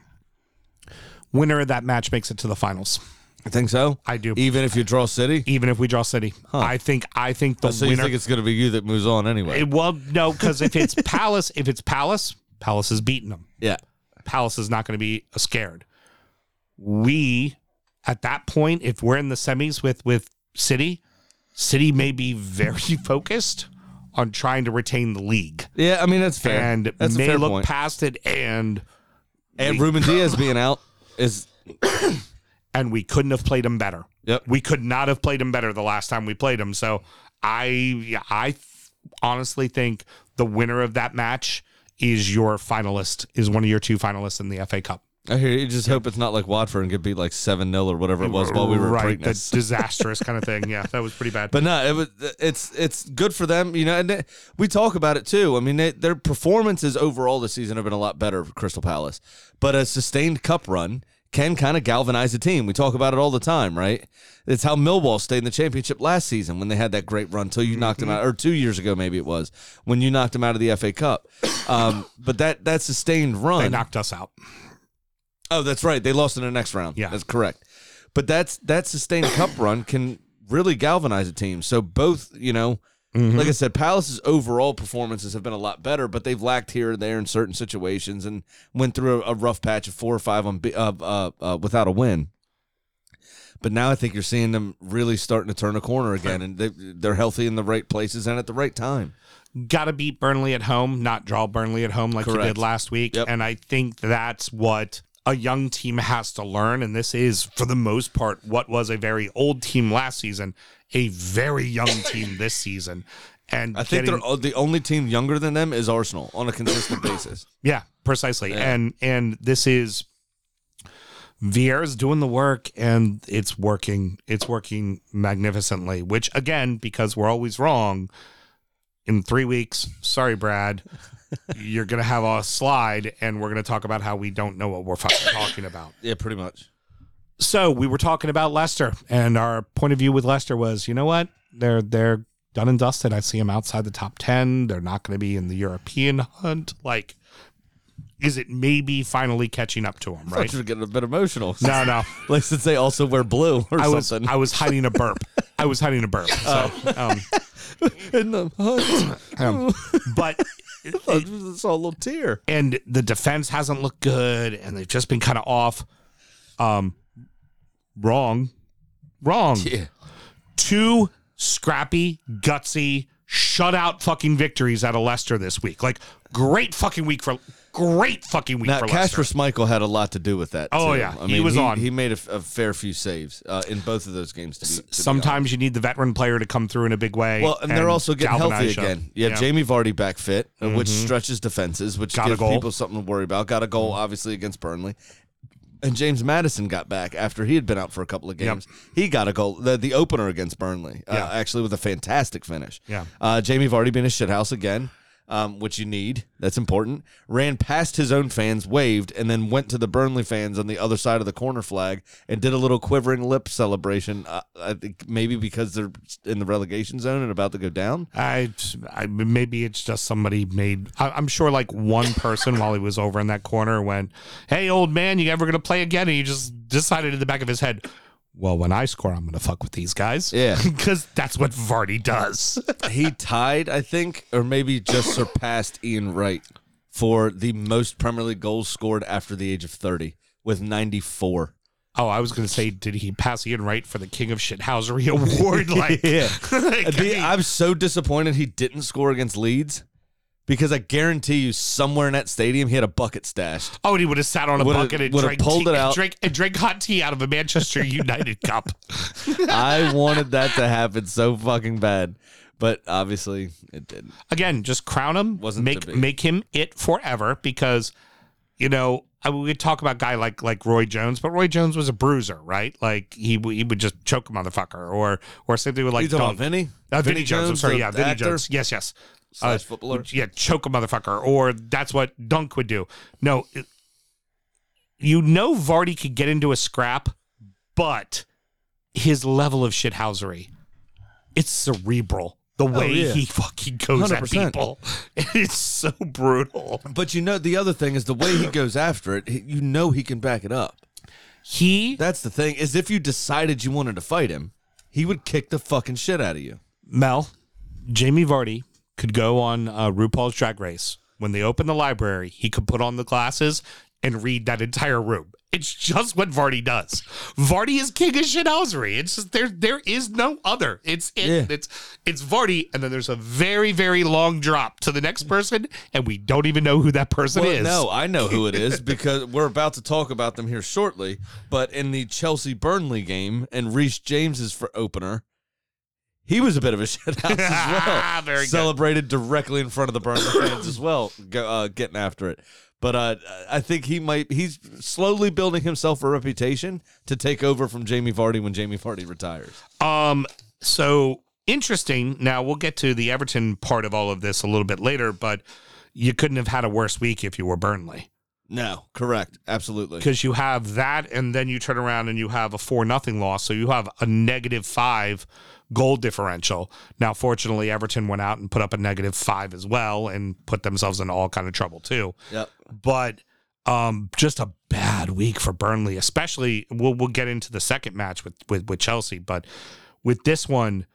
Speaker 2: winner of that match makes it to the finals.
Speaker 3: I think so.
Speaker 2: I do.
Speaker 3: Even if you draw City,
Speaker 2: Even if we draw City, I think I think the
Speaker 3: so you
Speaker 2: winner.
Speaker 3: think it's going to be you that moves on anyway.
Speaker 2: it- well, no, because if it's Palace, if it's Palace, Palace is beating them.
Speaker 3: yeah,
Speaker 2: Palace is not going to be uh, scared. We, at that point, if we're in the semis with with City, City may be very focused on trying to retain the league
Speaker 3: yeah. I mean that's fair.
Speaker 2: and
Speaker 3: that's a
Speaker 2: may
Speaker 3: fair
Speaker 2: look
Speaker 3: point.
Speaker 2: past it and
Speaker 3: and Ruben Diaz being out is
Speaker 2: and we couldn't have played him better.
Speaker 3: Yep.
Speaker 2: We could not have played him better the last time we played him. So I yeah, I th- honestly think the winner of that match is your finalist, is one of your two finalists in the FA Cup.
Speaker 3: I hear you. Just hope it's not like Watford and get beat like seven 0 or whatever it was while we were
Speaker 2: right, the
Speaker 3: Preakness.
Speaker 2: disastrous kind of thing. Yeah, that was pretty bad.
Speaker 3: But no, it was it's it's good for them, you know. And they, we talk about it too. I mean, they, their performances overall this season have been a lot better for Crystal Palace, but a sustained cup run can kind of galvanize a team. We talk about it all the time, right? It's how Millwall stayed in the championship last season when they had that great run till you knocked them out, or two years ago maybe it was when you knocked them out of the FA Cup. Um, but that that sustained run,
Speaker 2: they knocked us out.
Speaker 3: Oh, that's right. They lost in the next round.
Speaker 2: Yeah.
Speaker 3: that's correct. But that's that sustained cup run can really galvanize a team. So both, you know,
Speaker 2: Mm-hmm.
Speaker 3: like I said, Palace's overall performances have been a lot better, but they've lacked here and there in certain situations, and went through a, a rough patch of four or five on of uh, uh, without a win. But now I think you're seeing them really starting to turn a corner again, and they, they're healthy in the right places and at the right time.
Speaker 2: Got to beat Burnley at home, not draw Burnley at home like you
Speaker 3: Correct.
Speaker 2: did last week.
Speaker 3: Yep.
Speaker 2: And I think that's what a young team has to learn. And this is, for the most part, what was a very old team last season, a very young team this season. And
Speaker 3: I think
Speaker 2: getting-
Speaker 3: they're o- the only team younger than them is Arsenal on a consistent basis.
Speaker 2: Yeah, precisely. And and this is Vieira's doing the work and it's working. It's working magnificently, which again, because we're always wrong, in three weeks, sorry, Brad, you're gonna have a slide and we're gonna talk about how we don't know what we're fucking talking about.
Speaker 3: Yeah, pretty much.
Speaker 2: So we were talking about Lester and our point of view with Lester was, you know what? They're they're done and dusted. I see them outside the top ten. They're not gonna be in the European hunt. Like is it maybe finally catching up to them,
Speaker 3: I thought
Speaker 2: right?
Speaker 3: you were getting a bit emotional.
Speaker 2: No, no.
Speaker 3: Like since they also wear blue or
Speaker 2: I was
Speaker 3: something.
Speaker 2: I was hiding a burp. I was hiding a burp. So, um,
Speaker 3: in the hunt.
Speaker 2: um, but
Speaker 3: I just saw a little tear.
Speaker 2: and the defense hasn't looked good and they've just been kind of off um wrong wrong two scrappy gutsy shutout fucking victories out of Leicester this week. Like great fucking week for great fucking week
Speaker 3: Now,
Speaker 2: for Leicester.
Speaker 3: Kasper's Michael had a lot to do with that.
Speaker 2: Oh,
Speaker 3: too.
Speaker 2: yeah.
Speaker 3: I
Speaker 2: He
Speaker 3: mean,
Speaker 2: was
Speaker 3: he,
Speaker 2: on.
Speaker 3: He made a, f- a fair few saves uh, in both of those games. To be, to be
Speaker 2: Sometimes you need the veteran player to come through in a big way.
Speaker 3: Well, and, they're also getting healthy
Speaker 2: galvanize you.
Speaker 3: again. You have
Speaker 2: Yeah. Mm-hmm.
Speaker 3: Jamie Vardy back fit, uh, which stretches defenses, which
Speaker 2: Got a
Speaker 3: gives
Speaker 2: goal. Mm-hmm.
Speaker 3: people something to worry about. Got a goal, obviously, against Burnley. And James Madison got back after he had been out for a couple of games. He got a goal, the, the opener against Burnley, uh,
Speaker 2: Yeah.
Speaker 3: actually with a fantastic finish.
Speaker 2: Yeah.
Speaker 3: Uh, Jamie Vardy being a shithouse again, um, which you need. That's important. Ran past his own fans, waved, and then went to the Burnley fans on the other side of the corner flag and did a little quivering lip celebration. Uh, I think maybe because they're in the relegation zone and about to go down.
Speaker 2: I, I maybe it's just somebody made. I, I'm sure like one person while he was over in that corner went, "Hey, old man, you ever gonna play again?" And he just decided in the back of his head, "Well, when I score, I'm gonna fuck with these guys."
Speaker 3: Yeah.
Speaker 2: because that's what Vardy does.
Speaker 3: he tied, I think, or maybe just surpassed Ian Wright for the most Premier League goals scored after the age of 30 with 94.
Speaker 2: oh, I was gonna say, did he pass Ian Wright for the King of Shithousery award? Like,
Speaker 3: Yeah.
Speaker 2: like, I
Speaker 3: The-
Speaker 2: mean,
Speaker 3: I'm so disappointed he didn't score against Leeds because I guarantee you somewhere in that stadium he had a bucket stashed.
Speaker 2: oh, and he would have sat on a
Speaker 3: Would've-
Speaker 2: bucket and
Speaker 3: would've
Speaker 2: drank,
Speaker 3: pulled
Speaker 2: tea-
Speaker 3: it
Speaker 2: and
Speaker 3: out.
Speaker 2: drank and drank hot tea out of a Manchester United cup.
Speaker 3: I wanted that to happen so fucking bad, but obviously it didn't.
Speaker 2: again, just crown him.
Speaker 3: Wasn't
Speaker 2: make
Speaker 3: to be.
Speaker 2: make him it forever because you know I, we could talk about a guy like like Roy Jones, but Roy Jones was a bruiser, right? Like he w- he would just choke a motherfucker or or something with like
Speaker 3: you talking about
Speaker 2: Don-
Speaker 3: Vinny?
Speaker 2: Uh, Vinny,
Speaker 3: Vinny
Speaker 2: Jones, I'm
Speaker 3: Jones,
Speaker 2: sorry,
Speaker 3: the
Speaker 2: yeah, Vinny
Speaker 3: actor?
Speaker 2: Jones. Yes, yes. Uh,
Speaker 3: Slash footballer?
Speaker 2: Yeah, choke a motherfucker, or that's what Dunk would do. No, it- you know Vardy could get into a scrap, but his level of shithousery, it's cerebral. The
Speaker 3: Oh,
Speaker 2: way
Speaker 3: yeah.
Speaker 2: he fucking goes at
Speaker 3: 100%.
Speaker 2: people, it's so brutal.
Speaker 3: But you know the other thing is the way he goes after it, he- you know he can back it up.
Speaker 2: He
Speaker 3: That's the thing is if you decided you wanted to fight him, he would kick the fucking shit out of you.
Speaker 2: Mel, Jamie Vardy could go on uh, RuPaul's Drag Race. When they open the library, he could put on the glasses and read that entire room. It's just what Vardy does. Vardy is king of shithousery. It's just there. There is no other. It's it.
Speaker 3: Yeah.
Speaker 2: It's it's Vardy, and then there's a very very long drop to the next person, and we don't even know who that person
Speaker 3: Well,
Speaker 2: is.
Speaker 3: no, I know who it is because we're about to talk about them here shortly. But in the Chelsea Burnley game and Reece James's for opener, he was a bit of a shithouse as
Speaker 2: Ah,
Speaker 3: well.
Speaker 2: very good.
Speaker 3: Celebrated directly in front of the Burnley fans as well, go, uh, getting after it. But uh, I think he might. He's slowly building himself a reputation to take over from Jamie Vardy when Jamie Vardy retires.
Speaker 2: Um, so interesting. Now we'll get to the Everton part of all of this a little bit later, but you couldn't have had a worse week if you were Burnley
Speaker 3: No, correct, absolutely.
Speaker 2: because you have that, and then you turn around and you have a four nothing loss. So you have a negative five goal differential. Now, fortunately, Everton went out and put up a negative five as well, and put themselves in all kind of trouble too
Speaker 3: Yep.
Speaker 2: but um, just a bad week for Burnley, especially. We'll we'll get into the second match with with, with Chelsea, but with this one,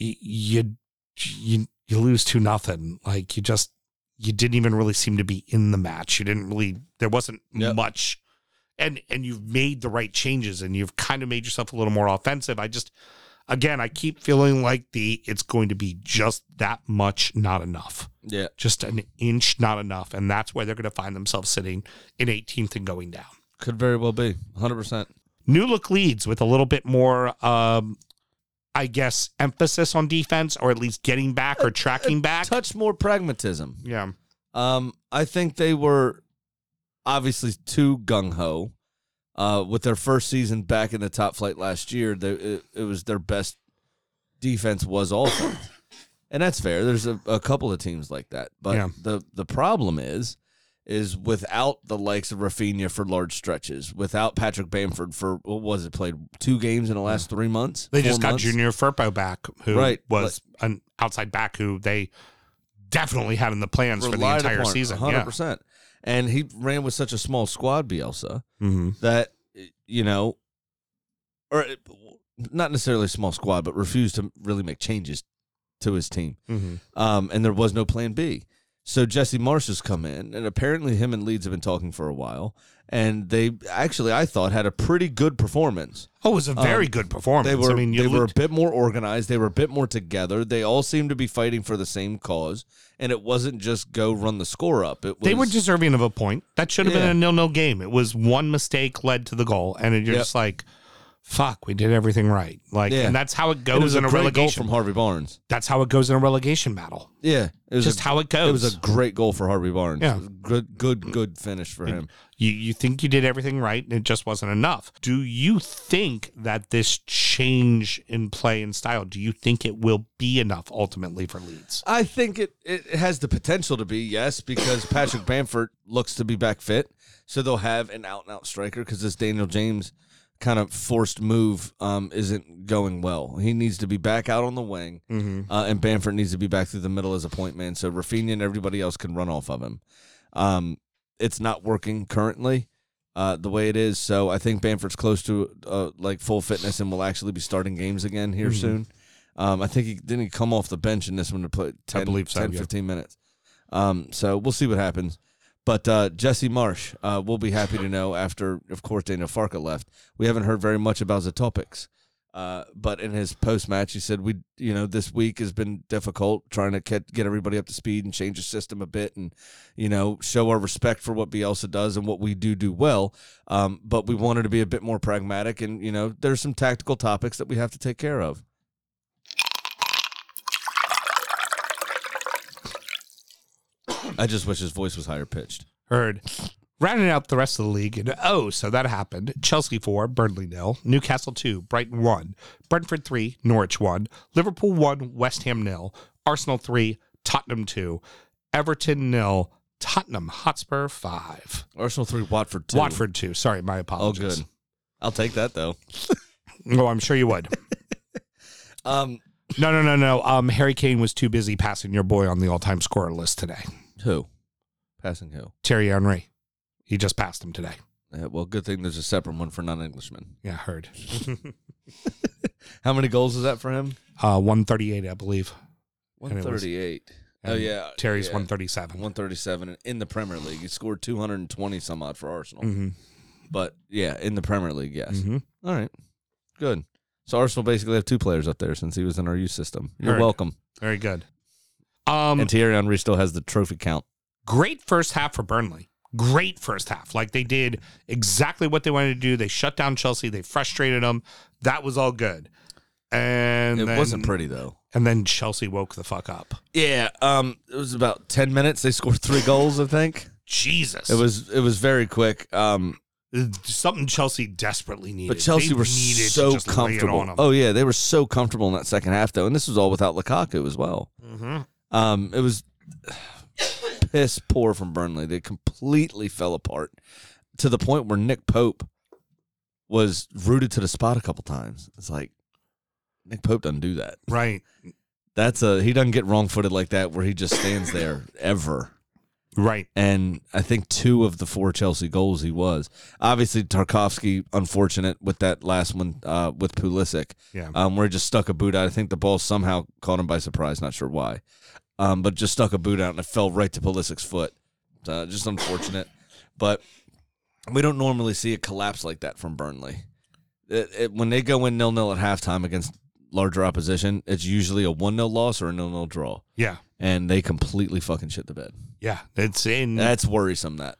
Speaker 2: y- you you you lose two nothing. Like you just you didn't even really seem to be in the match. You didn't really. There wasn't
Speaker 3: Yep.
Speaker 2: much. And and you've made the right changes, and you've kind of made yourself a little more offensive. I just, again, I keep feeling like the it's going to be just that much, not enough
Speaker 3: Yeah.
Speaker 2: just an inch not enough and that's where they're going to find themselves sitting in 18th and going down
Speaker 3: Could very well be 100%.
Speaker 2: new look leads with a little bit more um i guess emphasis on defense or at least getting back or tracking back
Speaker 3: Touch more pragmatism.
Speaker 2: yeah
Speaker 3: Um, I think they were obviously too gung ho. Uh, with their first season back in the top flight last year, they, it, it was their best defense was offense, and that's fair. There's a, a couple of teams like that, but
Speaker 2: Yeah.
Speaker 3: the the problem is, is without the likes of Rafinha for large stretches, without Patrick Bamford for what was it played two games in the last three months?
Speaker 2: they
Speaker 3: Four
Speaker 2: just got
Speaker 3: months?
Speaker 2: junior furpo back who
Speaker 3: Right,
Speaker 2: was an outside back who they definitely had in the plans for the
Speaker 3: relied
Speaker 2: entire
Speaker 3: upon,
Speaker 2: season yeah
Speaker 3: 100%. And he ran with such a small squad, Bielsa.
Speaker 2: hmm
Speaker 3: that you know, or not necessarily a small squad, but refused to really make changes to his team.
Speaker 2: hmm
Speaker 3: Um, and there was no plan B. So Jesse Marsh has come in, and apparently him and Leeds have been talking for a while, and they actually, I thought, had a pretty good performance.
Speaker 2: Oh, it was a very good performance.
Speaker 3: Um, They were
Speaker 2: I mean, you
Speaker 3: they were a
Speaker 2: looked-
Speaker 3: bit more organized. They were a bit more together. They all seemed to be fighting for the same cause, and it wasn't just go run the score up. It was
Speaker 2: they were deserving of a point. That should have
Speaker 3: Yeah.
Speaker 2: been a nil-nil game. It was one mistake led to the goal, and you're
Speaker 3: Yep.
Speaker 2: just like, "Fuck, we did everything right." Like,
Speaker 3: Yeah.
Speaker 2: and that's how it
Speaker 3: it
Speaker 2: goes
Speaker 3: was a
Speaker 2: in a,
Speaker 3: great goal
Speaker 2: relegation.
Speaker 3: from Harvey Barnes.
Speaker 2: that's how it goes in a relegation battle.
Speaker 3: Yeah, it was
Speaker 2: Just
Speaker 3: a-
Speaker 2: how it goes.
Speaker 3: It was a great goal for Harvey Barnes.
Speaker 2: Yeah.
Speaker 3: good, good, good finish for him.
Speaker 2: You you think you did everything right and it just wasn't enough. Do you think that this change in play and style, do you think it will be enough ultimately for Leeds?
Speaker 3: I think it, it has the potential to be, yes, because Patrick Bamford looks to be back fit. So they'll have an out and out striker because this Daniel James kind of forced move um, isn't going well. He needs to be back out on the wing, uh, and Bamford needs to be back through the middle as a point man. So Rafinha and everybody else can run off of him. Um, it's not working currently. Uh, the way it is, so I think Bamford's close to uh, like full fitness and will actually be starting games again here
Speaker 2: Mm-hmm.
Speaker 3: soon. Um, I think he didn't he come off the bench in this one to play 10,
Speaker 2: believe so,
Speaker 3: 10,
Speaker 2: yeah.
Speaker 3: 15 minutes. Um, so we'll see what happens. But uh, Jesse Marsh, uh, we'll be happy to know after, of course, Daniel Farka left. We haven't heard very much about Zatopics. Uh, but in his post match, he said, "We, you know, this week has been difficult trying to get, get everybody up to speed and change the system a bit, and you know, show our respect for what Bielsa does and what we do do well. Um, but we wanted to be a bit more pragmatic, and you know, there's some tactical topics that we have to take care of." I just wish his voice was higher pitched.
Speaker 2: Heard. Rounding out the rest of the league, and oh, so that happened. Chelsea 4, Burnley nil, Newcastle 2, Brighton 1, Brentford 3, Norwich 1, Liverpool 1, West Ham nil, Arsenal 3, Tottenham 2, Everton nil, Tottenham Hotspur 5,
Speaker 3: Arsenal three, Watford two.
Speaker 2: Watford 2. Sorry, my
Speaker 3: Oh,
Speaker 2: apologies.
Speaker 3: good. I'll take that though.
Speaker 2: Oh, I'm sure you would.
Speaker 3: Um,
Speaker 2: No, no, no, no. Um, Harry Kane was too busy passing your boy on the all-time scorer list today.
Speaker 3: who? Passing who?
Speaker 2: Terry Henry. He just passed him today.
Speaker 3: Yeah, well, good thing there's a separate one for non-Englishmen.
Speaker 2: Yeah, heard.
Speaker 3: How many goals is that for him?
Speaker 2: Uh, 138, I believe. And it was-
Speaker 3: 138. Oh
Speaker 2: and
Speaker 3: yeah,
Speaker 2: Terry's
Speaker 3: yeah.
Speaker 2: 137.
Speaker 3: 137 in the Premier League. He scored 220 some odd for Arsenal.
Speaker 2: Mhm,
Speaker 3: But yeah, in the Premier League, yes.
Speaker 2: mhm.
Speaker 3: All right. Good. So Arsenal basically have two players up there since he was in our youth system. You're
Speaker 2: Heard.
Speaker 3: welcome.
Speaker 2: Very good. Um,
Speaker 3: and Thierry Henry still has the trophy count.
Speaker 2: great first half for Burnley. Great first half. Like they did exactly what they wanted to do. They shut down Chelsea. They frustrated them. That was all good. And
Speaker 3: it
Speaker 2: then,
Speaker 3: wasn't pretty though.
Speaker 2: And then Chelsea woke the fuck up.
Speaker 3: Yeah, um it was about 10 minutes they scored 3 goals, I think.
Speaker 2: Jesus.
Speaker 3: It was it was very quick. Um
Speaker 2: something Chelsea desperately needed.
Speaker 3: But Chelsea
Speaker 2: They
Speaker 3: were
Speaker 2: needed to
Speaker 3: so
Speaker 2: just lay it on
Speaker 3: comfortable.
Speaker 2: 'em.
Speaker 3: Oh yeah, they were so comfortable in that second half though, and this was all without Lukaku as well.
Speaker 2: Mm-hmm.
Speaker 3: Um, it was piss poor from Burnley. They completely fell apart to the point where Nick Pope was rooted to the spot a couple times. It's like Nick Pope doesn't do that.
Speaker 2: right,
Speaker 3: That's a he doesn't get wrong footed like that where he just stands there ever
Speaker 2: right.
Speaker 3: and I think two of the four Chelsea goals he was. Obviously, Tarkovsky unfortunate with that last one uh, with Pulisic,
Speaker 2: Yeah.
Speaker 3: um, where he just stuck a boot out. I think the ball somehow caught him by surprise, not sure why, um, but just stuck a boot out and it fell right to Pulisic's foot. Uh, just unfortunate, but we don't normally see a collapse like that from Burnley. It, it, when they go in nil nil at halftime against larger opposition, it's usually a one 0 loss or a nil nil draw,
Speaker 2: yeah.
Speaker 3: and they completely fucking shit the bed.
Speaker 2: Yeah. It's in.
Speaker 3: That's worrisome. That.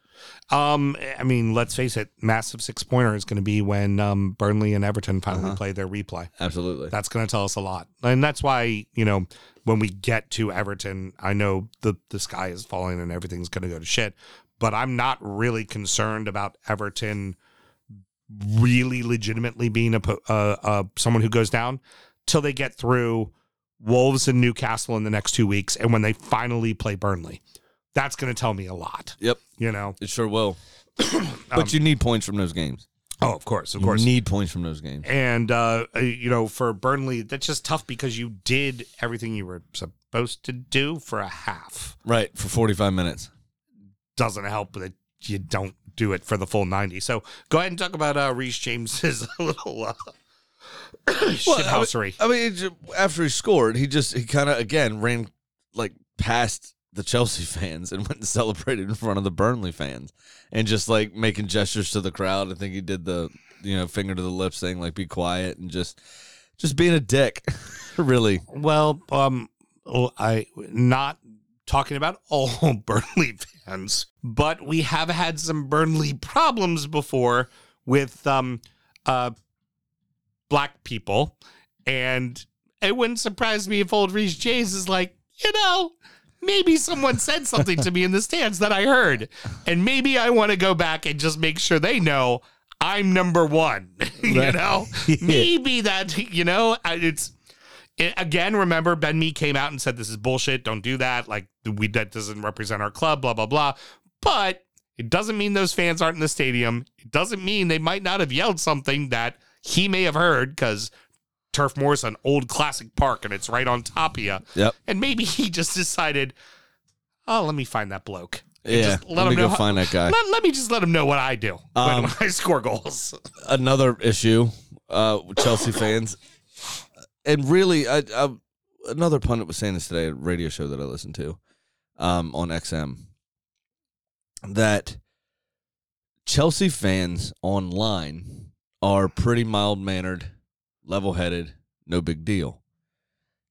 Speaker 2: um, I mean, let's face it, massive six pointer is going to be when um, Burnley and Everton finally play their replay.
Speaker 3: Absolutely.
Speaker 2: That's going to tell us a lot. And that's why, you know, when we get to Everton, I know the, the sky is falling and everything's going to go to shit, but I'm not really concerned about Everton really legitimately being a, po- uh, uh, someone who goes down till they get through Wolves and Newcastle in the next two weeks. And when they finally play Burnley, that's going to tell me a lot,
Speaker 3: Yep,
Speaker 2: you know?
Speaker 3: it sure will. but you need points from those games.
Speaker 2: Oh, of course, of
Speaker 3: You
Speaker 2: course.
Speaker 3: need points from those games.
Speaker 2: And uh, uh, you know, for Burnley, that's just tough because you did everything you were supposed to do for a half.
Speaker 3: Right for forty-five minutes.
Speaker 2: Doesn't help that you don't do it for the full ninety. So go ahead and talk about uh, Reese James's little uh, shithousery.
Speaker 3: I mean, it ju- after he scored, he just he kind of again ran like past the Chelsea fans and went and celebrated in front of the Burnley fans and just like making gestures to the crowd. I think he did the you know finger to the lips thing, like be quiet and just just being a dick. really,
Speaker 2: Well, um, oh, I not talking about all Burnley fans, but we have had some Burnley problems before with um, uh, black people, and it wouldn't surprise me if old Reese Jays is like, you know. Maybe someone said something to me in the stands that I heard, and maybe I want to go back and just make sure they know I'm number one. you
Speaker 3: Right.
Speaker 2: know, maybe that you know I- it's it, again, remember Ben Me came out and said this is bullshit. Don't do that. Like we that doesn't represent our club. Blah blah blah. But it doesn't mean those fans aren't in the stadium. It doesn't mean they might not have yelled something that he may have heard because Turf Moor's an old classic park and it's right on top of you.
Speaker 3: Yep.
Speaker 2: And maybe he just decided, oh, let me find that bloke. And
Speaker 3: yeah.
Speaker 2: just
Speaker 3: let, me
Speaker 2: him know
Speaker 3: go
Speaker 2: how-
Speaker 3: find that guy.
Speaker 2: Let, let me just let him know what I do
Speaker 3: Um,
Speaker 2: when I score goals.
Speaker 3: another issue, uh, with Chelsea fans, and really, I, I, another pundit was saying this today at a radio show that I listened to um, on XM that Chelsea fans online are pretty mild mannered, level headed, no big deal.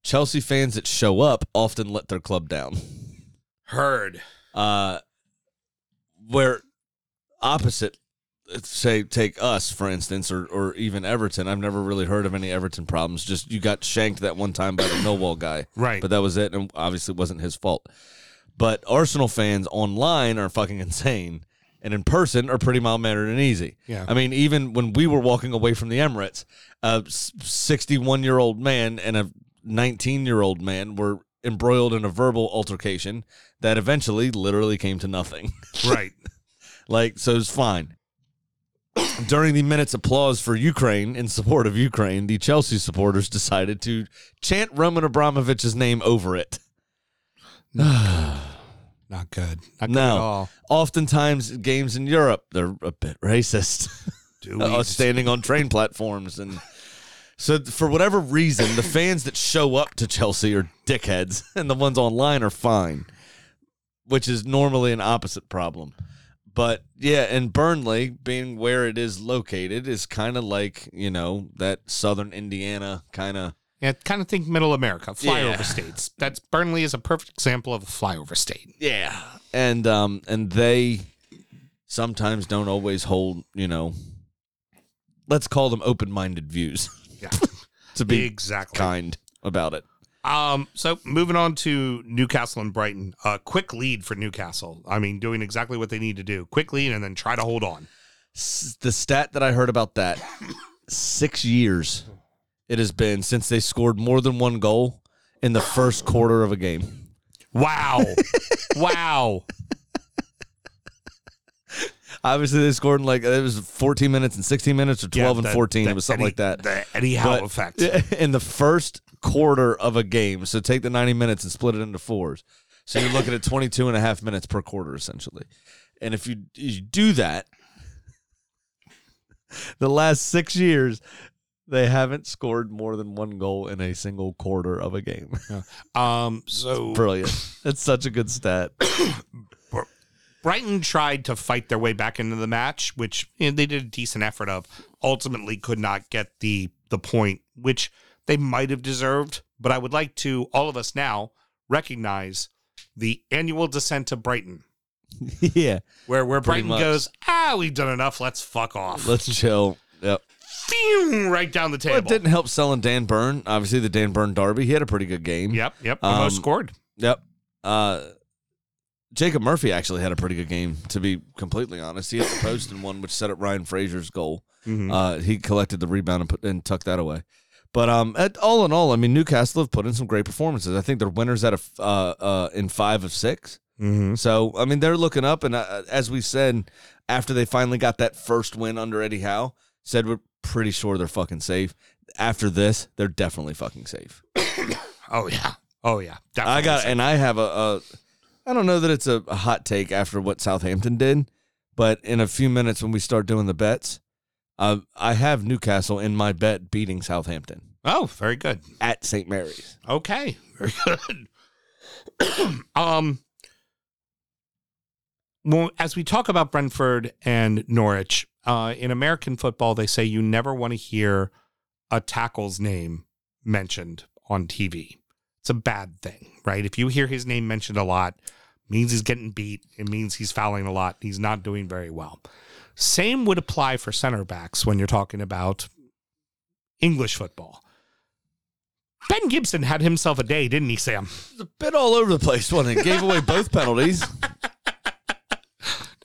Speaker 3: Chelsea fans that show up often let their club down.
Speaker 2: Heard.
Speaker 3: Uh, where opposite say take us for instance or or even Everton I've never really heard of any Everton problems just you got shanked that one time by the Millwall guy
Speaker 2: Right.
Speaker 3: but that was it and obviously it wasn't his fault but Arsenal fans online are fucking insane and in person are pretty mild mannered and easy
Speaker 2: Yeah.
Speaker 3: I mean even when we were walking away from the Emirates a 61 year old man and a 19 year old man were embroiled in a verbal altercation that eventually literally came to nothing
Speaker 2: right.
Speaker 3: like, so it's fine. During the minutes applause for Ukraine in support of Ukraine, the Chelsea supporters decided to chant Roman Abramovich's name over it.
Speaker 2: Not good. Not good at
Speaker 3: Now,
Speaker 2: all.
Speaker 3: oftentimes games in Europe, they're a bit racist,
Speaker 2: Do
Speaker 3: Uh, standing on train platforms. And so, for whatever reason, the fans that show up to Chelsea are dickheads, and the ones online are fine, which is normally an opposite problem. but yeah, and Burnley being where it is located is kind of like you know that southern Indiana kind of
Speaker 2: Yeah, kind of think middle America, flyover
Speaker 3: Yeah.
Speaker 2: states. That's Burnley is a perfect example of a flyover state.
Speaker 3: yeah, and um and they sometimes don't always hold you know let's call them open minded views
Speaker 2: Yeah.
Speaker 3: to be
Speaker 2: exactly.
Speaker 3: kind about it.
Speaker 2: Um, so moving on to Newcastle and Brighton. Uh quick lead for Newcastle. I mean, doing exactly what they need to do. Quick lead and then try to hold on.
Speaker 3: S- the stat that I heard about that six years it has been since they scored more than one goal in the first quarter of a game.
Speaker 2: Wow. wow.
Speaker 3: Obviously, they scored in like it was 14 minutes and 16 minutes or 12
Speaker 2: Yeah,
Speaker 3: and
Speaker 2: the-
Speaker 3: 14.
Speaker 2: the
Speaker 3: it was something
Speaker 2: Eddie-
Speaker 3: like that.
Speaker 2: The Eddie Howe effect.
Speaker 3: in the first quarter of a game, so take the 90 minutes and split it into fours. So you're looking at 22 and a half minutes per quarter, essentially. And if you, you do that, the last six years, they haven't scored more than one goal in a single quarter of a game.
Speaker 2: Um so
Speaker 3: Brilliant. That's such a good stat.
Speaker 2: Brighton tried to fight their way back into the match, which you know, they did a decent effort of. Ultimately, could not get the the point, which they might have deserved. But I would like to all of us now recognize the annual descent to Brighton,
Speaker 3: yeah.
Speaker 2: where where
Speaker 3: Pretty
Speaker 2: Brighton
Speaker 3: much.
Speaker 2: goes, ah, we've done enough. Let's fuck off.
Speaker 3: Let's chill. Yep.
Speaker 2: Phew, right down the
Speaker 3: Well,
Speaker 2: table.
Speaker 3: it didn't help selling Dan Byrne. Obviously, the Dan Byrne derby. He had a pretty good game.
Speaker 2: Yep, yep. Almost
Speaker 3: Um,
Speaker 2: scored.
Speaker 3: Yep. Uh, Jacob Murphy actually had a pretty good game, to be completely honest. He hit the post in one, which set up Ryan Frazier's goal.
Speaker 2: Mhm.
Speaker 3: Uh, he collected the rebound and, put, and tucked that away. But um, at, all in all, I mean, Newcastle have put in some great performances. I think they're winners out of uh, uh, in five of six. So I mean, they're looking up, and uh, as we said, after they finally got that first win under Eddie Howe, said we're pretty sure they're fucking safe. After this, they're definitely fucking safe.
Speaker 2: Oh yeah. Oh yeah.
Speaker 3: I
Speaker 2: Definitely.
Speaker 3: got, and I have a, a I don't know that it's a, a hot take after what Southampton did, but in a few minutes when we start doing the bets, uh, I have Newcastle in my bet beating Southampton
Speaker 2: Oh, very good.
Speaker 3: at St. Mary's.
Speaker 2: Okay, very good. um, when, as we talk about Brentford and Norwich, uh, in American football, they say you never want to hear a tackle's name mentioned on TV. It's a bad thing, right? If you hear his name mentioned a lot, it means he's getting beat. It means he's fouling a lot. He's not doing very well. Same would apply for center backs when you're talking about English football. Ben Gibson had himself a day, didn't he, Sam?
Speaker 3: a bit all over the place, wasn't it? Gave away both penalties.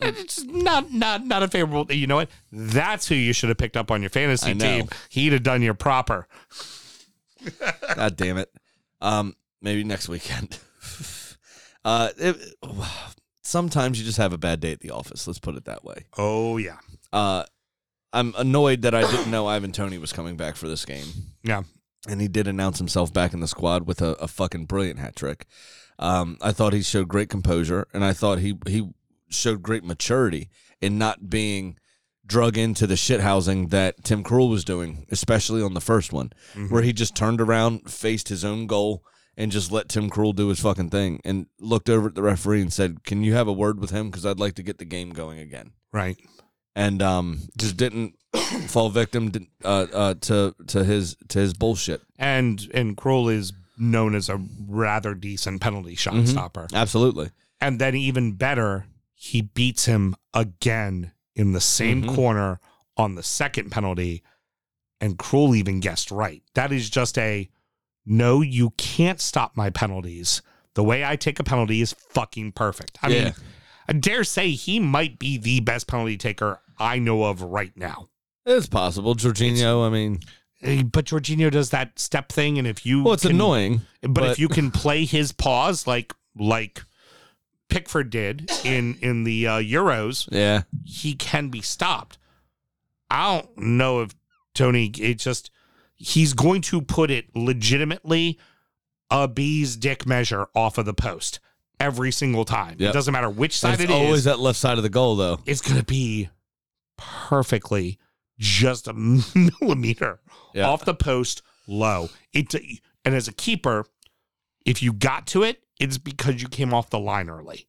Speaker 2: It's not not not a favorable. You know what? That's who you should have picked up on your fantasy
Speaker 3: I know.
Speaker 2: team. He'd have done your proper.
Speaker 3: God damn it. Um, maybe next weekend. uh, it, sometimes you just have a bad day at the office. Let's put it that way.
Speaker 2: Oh yeah,
Speaker 3: Uh, I'm annoyed that I didn't know Ivan Tony was coming back for this game.
Speaker 2: yeah.
Speaker 3: and he did announce himself back in the squad with a, a fucking brilliant hat trick. Um, I thought he showed great composure, and I thought he he showed great maturity in not being drug into the shit housing that Tim Krul was doing, especially on the first one, where he just turned around, faced his own goal, and just let Tim Krul do his fucking thing, and looked over at the referee and said, "Can you have a word with him? Because I'd like to get the game going again."
Speaker 2: Right.
Speaker 3: And um, just didn't fall victim to, uh, uh, to to his to his bullshit.
Speaker 2: And and Kroll is known as a rather decent penalty shot
Speaker 3: Mhm.
Speaker 2: stopper.
Speaker 3: Absolutely.
Speaker 2: And then even better, he beats him again in the same
Speaker 3: Mhm.
Speaker 2: corner on the second penalty. And Kroll even guessed right. That is just a no, you can't stop my penalties. The way I take a penalty is fucking perfect. I
Speaker 3: Yeah.
Speaker 2: mean, I dare say he might be the best penalty taker I know of right now.
Speaker 3: It's possible. Jorginho, I mean,
Speaker 2: Eh, But Jorginho does that step thing, and if you
Speaker 3: well, it's
Speaker 2: can-
Speaker 3: annoying.
Speaker 2: but,
Speaker 3: but-
Speaker 2: if you can play his pause like like Pickford did in in the uh, Euros,
Speaker 3: Yeah.
Speaker 2: he can be stopped. I don't know if Tony. It just he's going to put it legitimately a bee's dick measure off of the post every single time.
Speaker 3: Yep.
Speaker 2: It doesn't matter which side
Speaker 3: It's
Speaker 2: it
Speaker 3: always
Speaker 2: is.
Speaker 3: that left side of the goal, though.
Speaker 2: it's going to be perfectly just a millimeter
Speaker 3: Yeah.
Speaker 2: off the post low. It and as a keeper, if you got to it, it's because you came off the line early.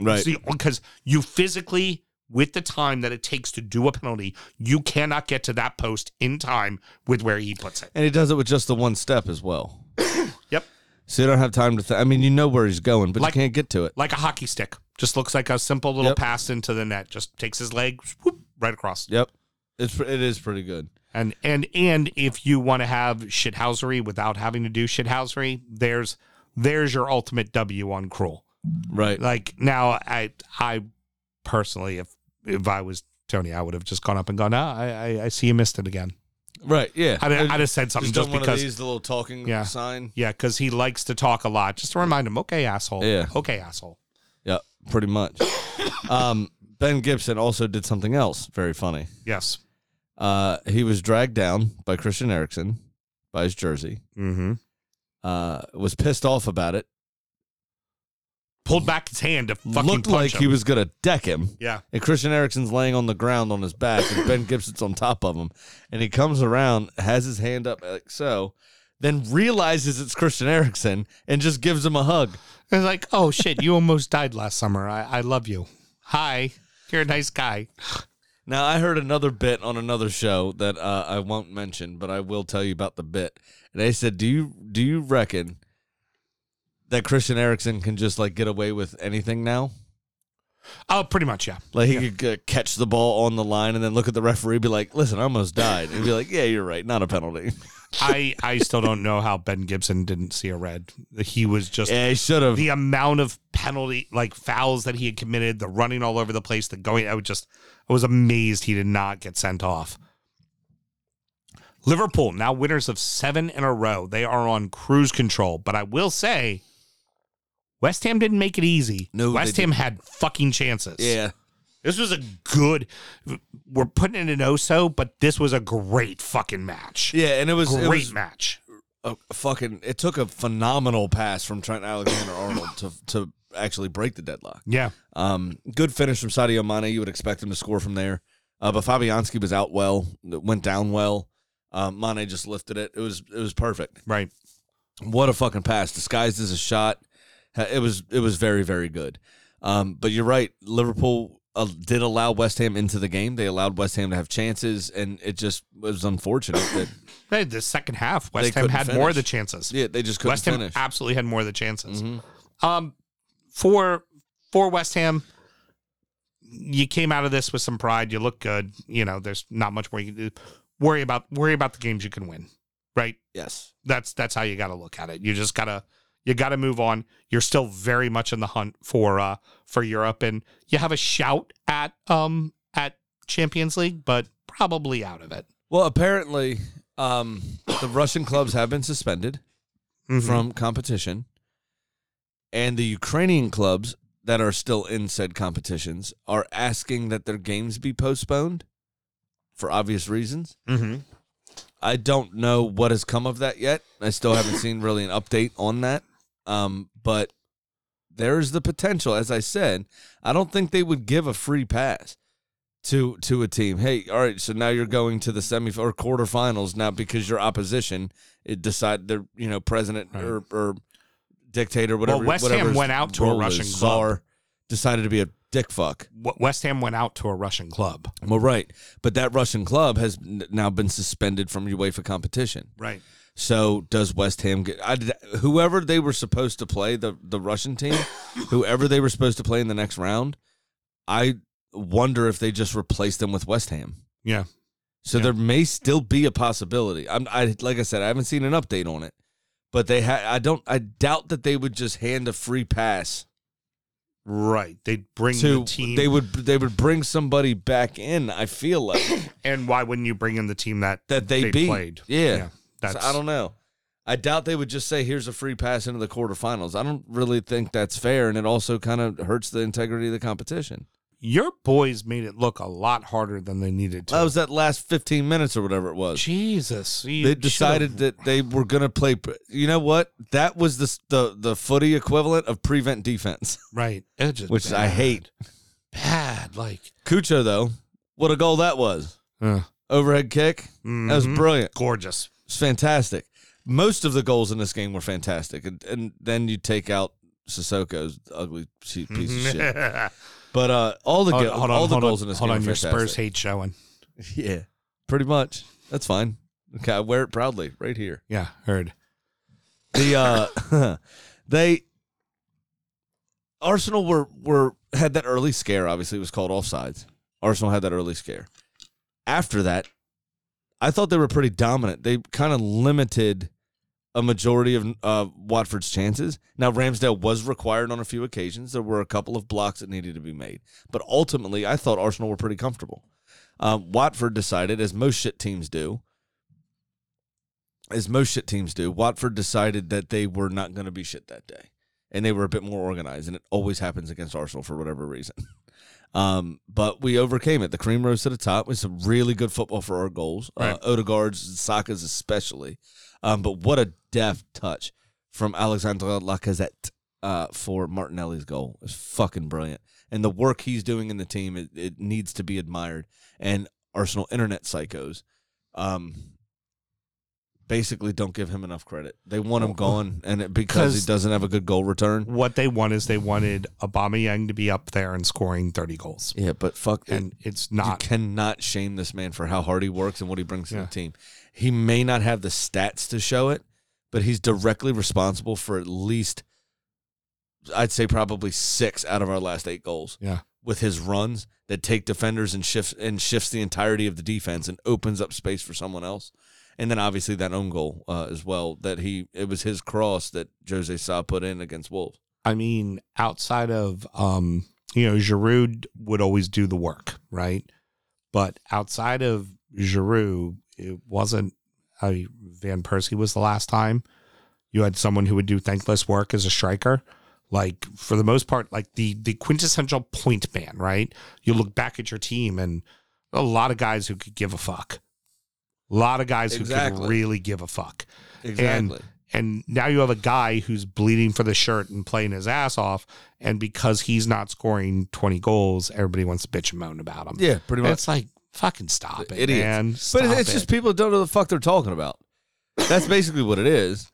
Speaker 3: Right.
Speaker 2: Because you physically, with the time that it takes to do a penalty, you cannot get to that post in time with where he puts it.
Speaker 3: and he does it with just the one step as well.
Speaker 2: Yep.
Speaker 3: So you don't have time to. Th- I mean, you know where he's going, but
Speaker 2: Like-
Speaker 3: you can't get to it.
Speaker 2: Like a hockey stick. Just looks like a simple little
Speaker 3: Yep.
Speaker 2: pass into the net. Just takes his leg whoop, right across.
Speaker 3: Yep. It's pre- it is pretty good.
Speaker 2: And and and if you want to have shithousery without having to do shithousery, there's there's your ultimate W on cruel.
Speaker 3: Right.
Speaker 2: like now i i personally if if i was tony i would have just gone up and gone ah, I, I i see you missed it again
Speaker 3: Right. Yeah.
Speaker 2: i'd, I'd have said something
Speaker 3: just
Speaker 2: just
Speaker 3: done one of
Speaker 2: because
Speaker 3: these, the little talking
Speaker 2: Yeah.
Speaker 3: sign.
Speaker 2: yeah because he likes to talk a lot just to remind him okay asshole
Speaker 3: Yeah.
Speaker 2: okay asshole
Speaker 3: Yeah. Pretty much. um, ben Gibson also did something else very funny.
Speaker 2: yes
Speaker 3: Uh, he was dragged down by Christian Erickson by his jersey.
Speaker 2: mm-hmm
Speaker 3: Uh, was pissed off about it.
Speaker 2: pulled back his hand to fucking
Speaker 3: looked
Speaker 2: punch
Speaker 3: like
Speaker 2: him.
Speaker 3: he was gonna deck him.
Speaker 2: yeah
Speaker 3: And Christian Erickson's laying on the ground on his back, and Ben Gibson's on top of him. And he comes around, has his hand up like so, then realizes it's Christian Erickson and just gives him a hug.
Speaker 2: it's like oh shit you almost died last summer i i love you hi you're a nice guy
Speaker 3: Now, I heard another bit on another show that uh, I won't mention, but I will tell you about the bit. And they said, "Do you do you reckon that Christian Erickson can just like get away with anything now?
Speaker 2: oh pretty much yeah
Speaker 3: Like he could uh, catch the ball on the line and then look at the referee, be like, "Listen, I almost died," and be like, "Yeah, you're right, not a penalty."
Speaker 2: i i still don't know how ben gibson didn't see a red he was just
Speaker 3: yeah, he should have.
Speaker 2: the amount of penalty like fouls that he had committed, the running all over the place, the going I was just I was amazed he did not get sent off. Liverpool now winners of 7 in a row. They are on cruise control, but I will say West Ham didn't make it easy.
Speaker 3: No, they
Speaker 2: West Ham had fucking chances.
Speaker 3: Yeah.
Speaker 2: This was a good we're putting it in Oso, but this was a great fucking match.
Speaker 3: Yeah, and it was,
Speaker 2: Great
Speaker 3: it was
Speaker 2: match.
Speaker 3: a fucking. It took a phenomenal pass from Trent Alexander Arnold to to actually break the deadlock.
Speaker 2: Yeah.
Speaker 3: Um, good finish from Sadio Mane. You would expect him to score from there, uh, but Fabianski was out well. It went down well. Um, Mane just lifted it. It was it was perfect.
Speaker 2: Right.
Speaker 3: What a fucking pass, disguised as a shot. Ha- It was it was very very good. Um, but you're right. Liverpool uh, did allow West Ham into the game. They allowed West Ham to have chances, and it just was unfortunate that
Speaker 2: Hey, the second half,
Speaker 3: They
Speaker 2: West Ham
Speaker 3: couldn't
Speaker 2: had more of the
Speaker 3: finish.
Speaker 2: chances.
Speaker 3: yeah they just couldn't
Speaker 2: West Ham
Speaker 3: finish.
Speaker 2: absolutely had more of the chances.
Speaker 3: Mhm.
Speaker 2: Um, for for West Ham, you came out of this with some pride. You look good. You know, there's not much more you can do. Worry about worry about the games you can win, right?
Speaker 3: Yes.
Speaker 2: That's that's how you got to look at it. You just gotta you gotta move on. You're still very much in the hunt for uh for Europe, and you have a shout at um at Champions League, but probably out of it.
Speaker 3: Well, apparently, um, the Russian clubs have been suspended
Speaker 2: Mm-hmm,
Speaker 3: from competition, and the Ukrainian clubs that are still in said competitions are asking that their games be postponed for obvious reasons.
Speaker 2: Mhm.
Speaker 3: I don't know what has come of that yet. I still haven't seen really an update on that. Um, but there's the potential, as I said, I don't think they would give a free pass to to a team. Hey, all right, so now you're going to the semi or quarterfinals now because your opposition it decide their you know president or, or dictator whatever.
Speaker 2: West Ham
Speaker 3: whatever his
Speaker 2: went out to a
Speaker 3: role
Speaker 2: Russian
Speaker 3: is,
Speaker 2: club.
Speaker 3: czar, decided to be a dick fuck.
Speaker 2: W- West Ham went out to a Russian club,
Speaker 3: Well, right, but that Russian club has n- now been suspended from UEFA competition.
Speaker 2: right?
Speaker 3: So does West Ham get I, did- whoever they were supposed to play the the Russian team, whoever they were supposed to play in the next round? I wonder if they just replaced them with West Ham.
Speaker 2: Yeah.
Speaker 3: So
Speaker 2: Yeah.
Speaker 3: there may still be a possibility. I'm I like I said I haven't seen an update on it, but they ha- I don't I doubt that they would just hand a free pass
Speaker 2: Right. They'd bring
Speaker 3: to
Speaker 2: the team.
Speaker 3: they would they would bring somebody back in. I feel like
Speaker 2: and why wouldn't you bring in the team that
Speaker 3: that they,
Speaker 2: they
Speaker 3: beat.
Speaker 2: played?
Speaker 3: Yeah. So
Speaker 2: That's
Speaker 3: I don't know. I doubt they would just say, "Here's a free pass into the quarterfinals." I don't really think that's fair, and it also kind of hurts the integrity of the competition.
Speaker 2: your boys made it look a lot harder than they needed to.
Speaker 3: That was that last 15 minutes or whatever it was.
Speaker 2: Jesus. you
Speaker 3: They
Speaker 2: should've-
Speaker 3: decided that they were going to play. pre- You know what? That was the s- the the footy equivalent of prevent defense,
Speaker 2: right. It was just
Speaker 3: which I
Speaker 2: bad.
Speaker 3: hate.
Speaker 2: Bad. Like
Speaker 3: Cucho though, what a goal that was! Overhead kick. Uh, That was
Speaker 2: mhm.
Speaker 3: brilliant.
Speaker 2: gorgeous.
Speaker 3: It's fantastic. Most of the goals in this game were fantastic, and, and then you take out Sissoko's ugly she- piece of shit. But uh, all the
Speaker 2: Mm-hmm. Hold-
Speaker 3: go-
Speaker 2: hold on,
Speaker 3: all the
Speaker 2: hold
Speaker 3: goals
Speaker 2: on,
Speaker 3: in this
Speaker 2: hold
Speaker 3: game
Speaker 2: on.
Speaker 3: were
Speaker 2: Your Spurs
Speaker 3: fantastic.
Speaker 2: hate showing.
Speaker 3: Yeah, pretty much. That's fine. Okay, I wear it proudly right here.
Speaker 2: Yeah, heard.
Speaker 3: The uh, they Arsenal were were had that early scare. Obviously, it was called offsides. Arsenal had that early scare. After that, I thought they were pretty dominant. They kind of limited a majority of uh, Watford's chances. Now Ramsdale was required on a few occasions. There were a couple of blocks that needed to be made, but ultimately, I thought Arsenal were pretty comfortable. Um, Watford decided, as most shit teams do, as most shit teams do, Watford decided that they were not going to be shit that day, and they were a bit more organized. And it always happens against Arsenal for whatever reason. Um, but we overcame it. The cream rose to the top. It's some really good football for our goals.
Speaker 2: Right.
Speaker 3: Uh, Odegaard's, Saka's especially. Um, but what a deft touch from Alexandre Lacazette uh, for Martinelli's goal. It's fucking brilliant. And the work he's doing in the team, it, it needs to be admired. And Arsenal internet psychos um, basically don't give him enough credit. They want him gone, and it, because he
Speaker 2: Because-
Speaker 3: doesn't have a good goal return.
Speaker 2: What they want is they wanted Aubameyang to be up there and scoring 30 goals.
Speaker 3: Yeah, but fuck, it,
Speaker 2: And it's
Speaker 3: you
Speaker 2: not.
Speaker 3: cannot shame this man for how hard he works and what he brings to
Speaker 2: Yeah.
Speaker 3: the team. He may not have the stats to show it, but he's directly responsible for at least, I'd say, probably six out of our last eight goals.
Speaker 2: Yeah.
Speaker 3: with his runs that take defenders and shifts and shifts the entirety of the defense and opens up space for someone else. And then obviously that own goal uh, as well that he it was his cross that Jose Sa put in against Wolves.
Speaker 2: I mean, outside of um, you know, Giroud would always do the work, right? But outside of Giroud, it wasn't. I mean, Van Persie was the last time you had someone who would do thankless work as a striker. Like for the most part, like the the quintessential point man, right? You look back at your team and a lot of guys who could give a fuck. A lot of guys who
Speaker 3: Exactly.
Speaker 2: could really give a fuck and now you have a guy who's bleeding for the shirt and playing his ass off and because he's not scoring 20 goals everybody wants to bitch and moan about him
Speaker 3: yeah, pretty
Speaker 2: And
Speaker 3: much.
Speaker 2: it's like fucking stop it
Speaker 3: Idiots.
Speaker 2: man
Speaker 3: But
Speaker 2: Stop
Speaker 3: it's just
Speaker 2: it.
Speaker 3: people that don't know the fuck they're talking about. That's basically what it is.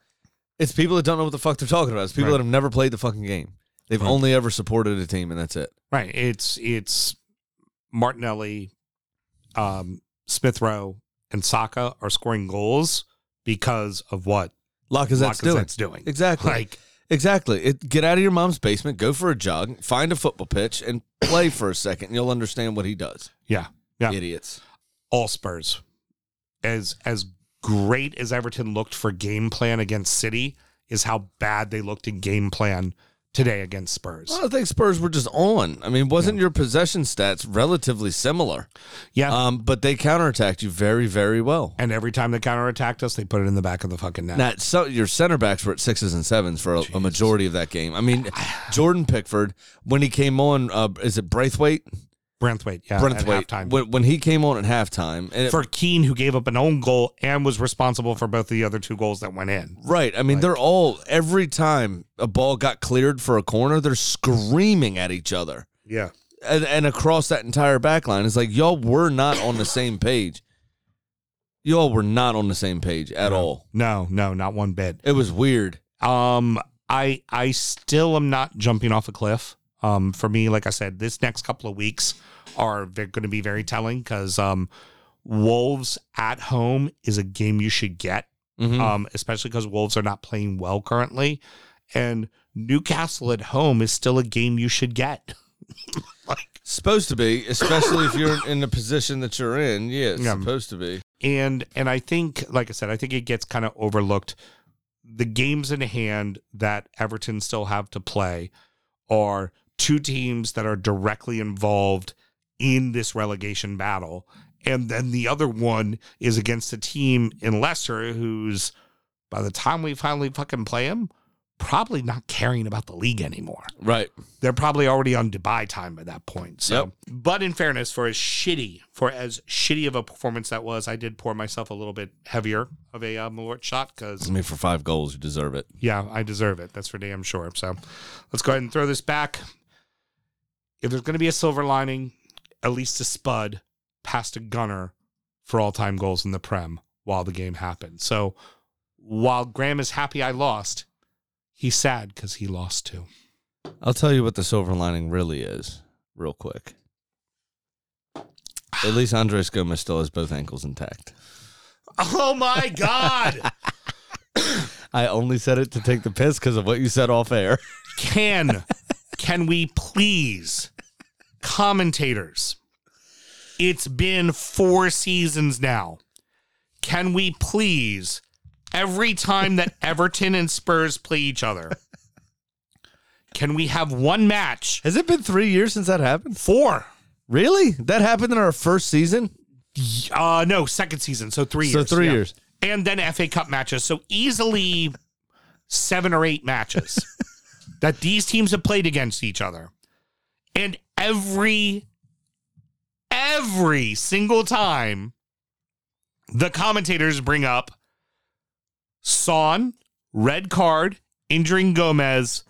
Speaker 3: It's people that don't know what the fuck they're talking about. It's people
Speaker 2: Right.
Speaker 3: that have never played the fucking game. They've only ever supported a team, and that's it.
Speaker 2: Right. It's it's Martinelli, um, Smith Rowe, and Saka are scoring goals because of what
Speaker 3: Lacazette's doing.
Speaker 2: Lacazette's doing.
Speaker 3: Exactly.
Speaker 2: Like
Speaker 3: Exactly. It, get out of your mom's basement, go for a jog, find a football pitch, and play for a second. And you'll understand what he does.
Speaker 2: yeah, yeah.
Speaker 3: Idiots.
Speaker 2: all Spurs. As as great as Everton looked for game plan against City is how bad they looked in game plan today against Spurs.
Speaker 3: Well, I think Spurs were just on. I mean, wasn't your possession stats relatively similar?
Speaker 2: yeah.
Speaker 3: Um, but they counterattacked you very, very well.
Speaker 2: and every time they counterattacked us, they put it in the back of the fucking net.
Speaker 3: Now, so your center backs were at sixes and sevens for a, a majority of that game. I mean, Jordan Pickford when he came on, uh, is it Braithwaite?
Speaker 2: Brentwaite, yeah,
Speaker 3: Braithwaite.
Speaker 2: at halftime.
Speaker 3: When, when he came on at halftime, and it-
Speaker 2: for Keane, who gave up an own goal and was responsible for both the other two goals that went in.
Speaker 3: Right. I mean, they're all every time a ball got cleared for a corner, they're screaming at each other.
Speaker 2: Yeah.
Speaker 3: And, and across that entire back line, it's like y'all were not on the same page. Y'all were not on the same page at all.
Speaker 2: No, no, not one bit.
Speaker 3: It was weird.
Speaker 2: Um, I I still am not jumping off a cliff. Um, for me, like I said, this next couple of weeks are they're going to be very telling because um, Wolves at home is a game you should get,
Speaker 3: Mm-hmm. Mm.
Speaker 2: um, especially because Wolves are not playing well currently, and Newcastle at home is still a game you should get.
Speaker 3: Supposed to be, especially if you're in the position that you're in. Yeah, it's
Speaker 2: Yeah.
Speaker 3: supposed to be.
Speaker 2: and and I think, like I said, I think it gets kind of overlooked. The games in hand that Everton still have to play are two teams that are directly involved in this relegation battle, and then the other one is against a team in Leicester who's by the time we finally fucking play them, probably not caring about the league anymore
Speaker 3: Right.
Speaker 2: they're probably already on Dubai time by that point. So,
Speaker 3: Yep.
Speaker 2: but in fairness, for as shitty for as shitty of a performance that was, I did pour myself a little bit heavier of a uh, Malort shot
Speaker 3: I
Speaker 2: because
Speaker 3: mean, for five goals, you deserve it.
Speaker 2: yeah, I deserve it. That's for damn sure. So, let's go ahead and throw this back. If there's going to be a silver lining, at least a Spud passed a Gunner for all time goals in the Prem while the game happened. So, while Graham is happy I lost, he's sad because he lost too.
Speaker 3: I'll tell you what the silver lining really is, real quick. At least Andres Gomez still has both ankles intact.
Speaker 2: Oh my God.
Speaker 3: I only said it to take the piss because of what you said off air.
Speaker 2: can can we please commentators it's been four seasons now can we please every time that everton and spurs play each other can we have one match
Speaker 3: Has it been three years since that happened?
Speaker 2: four
Speaker 3: Really? That happened in our first season?
Speaker 2: uh no second season so three
Speaker 3: So
Speaker 2: years
Speaker 3: three years.
Speaker 2: and then fa cup matches so easily seven or eight matches that these teams have played against each other and every every single time the commentators bring up son red card injuring gomez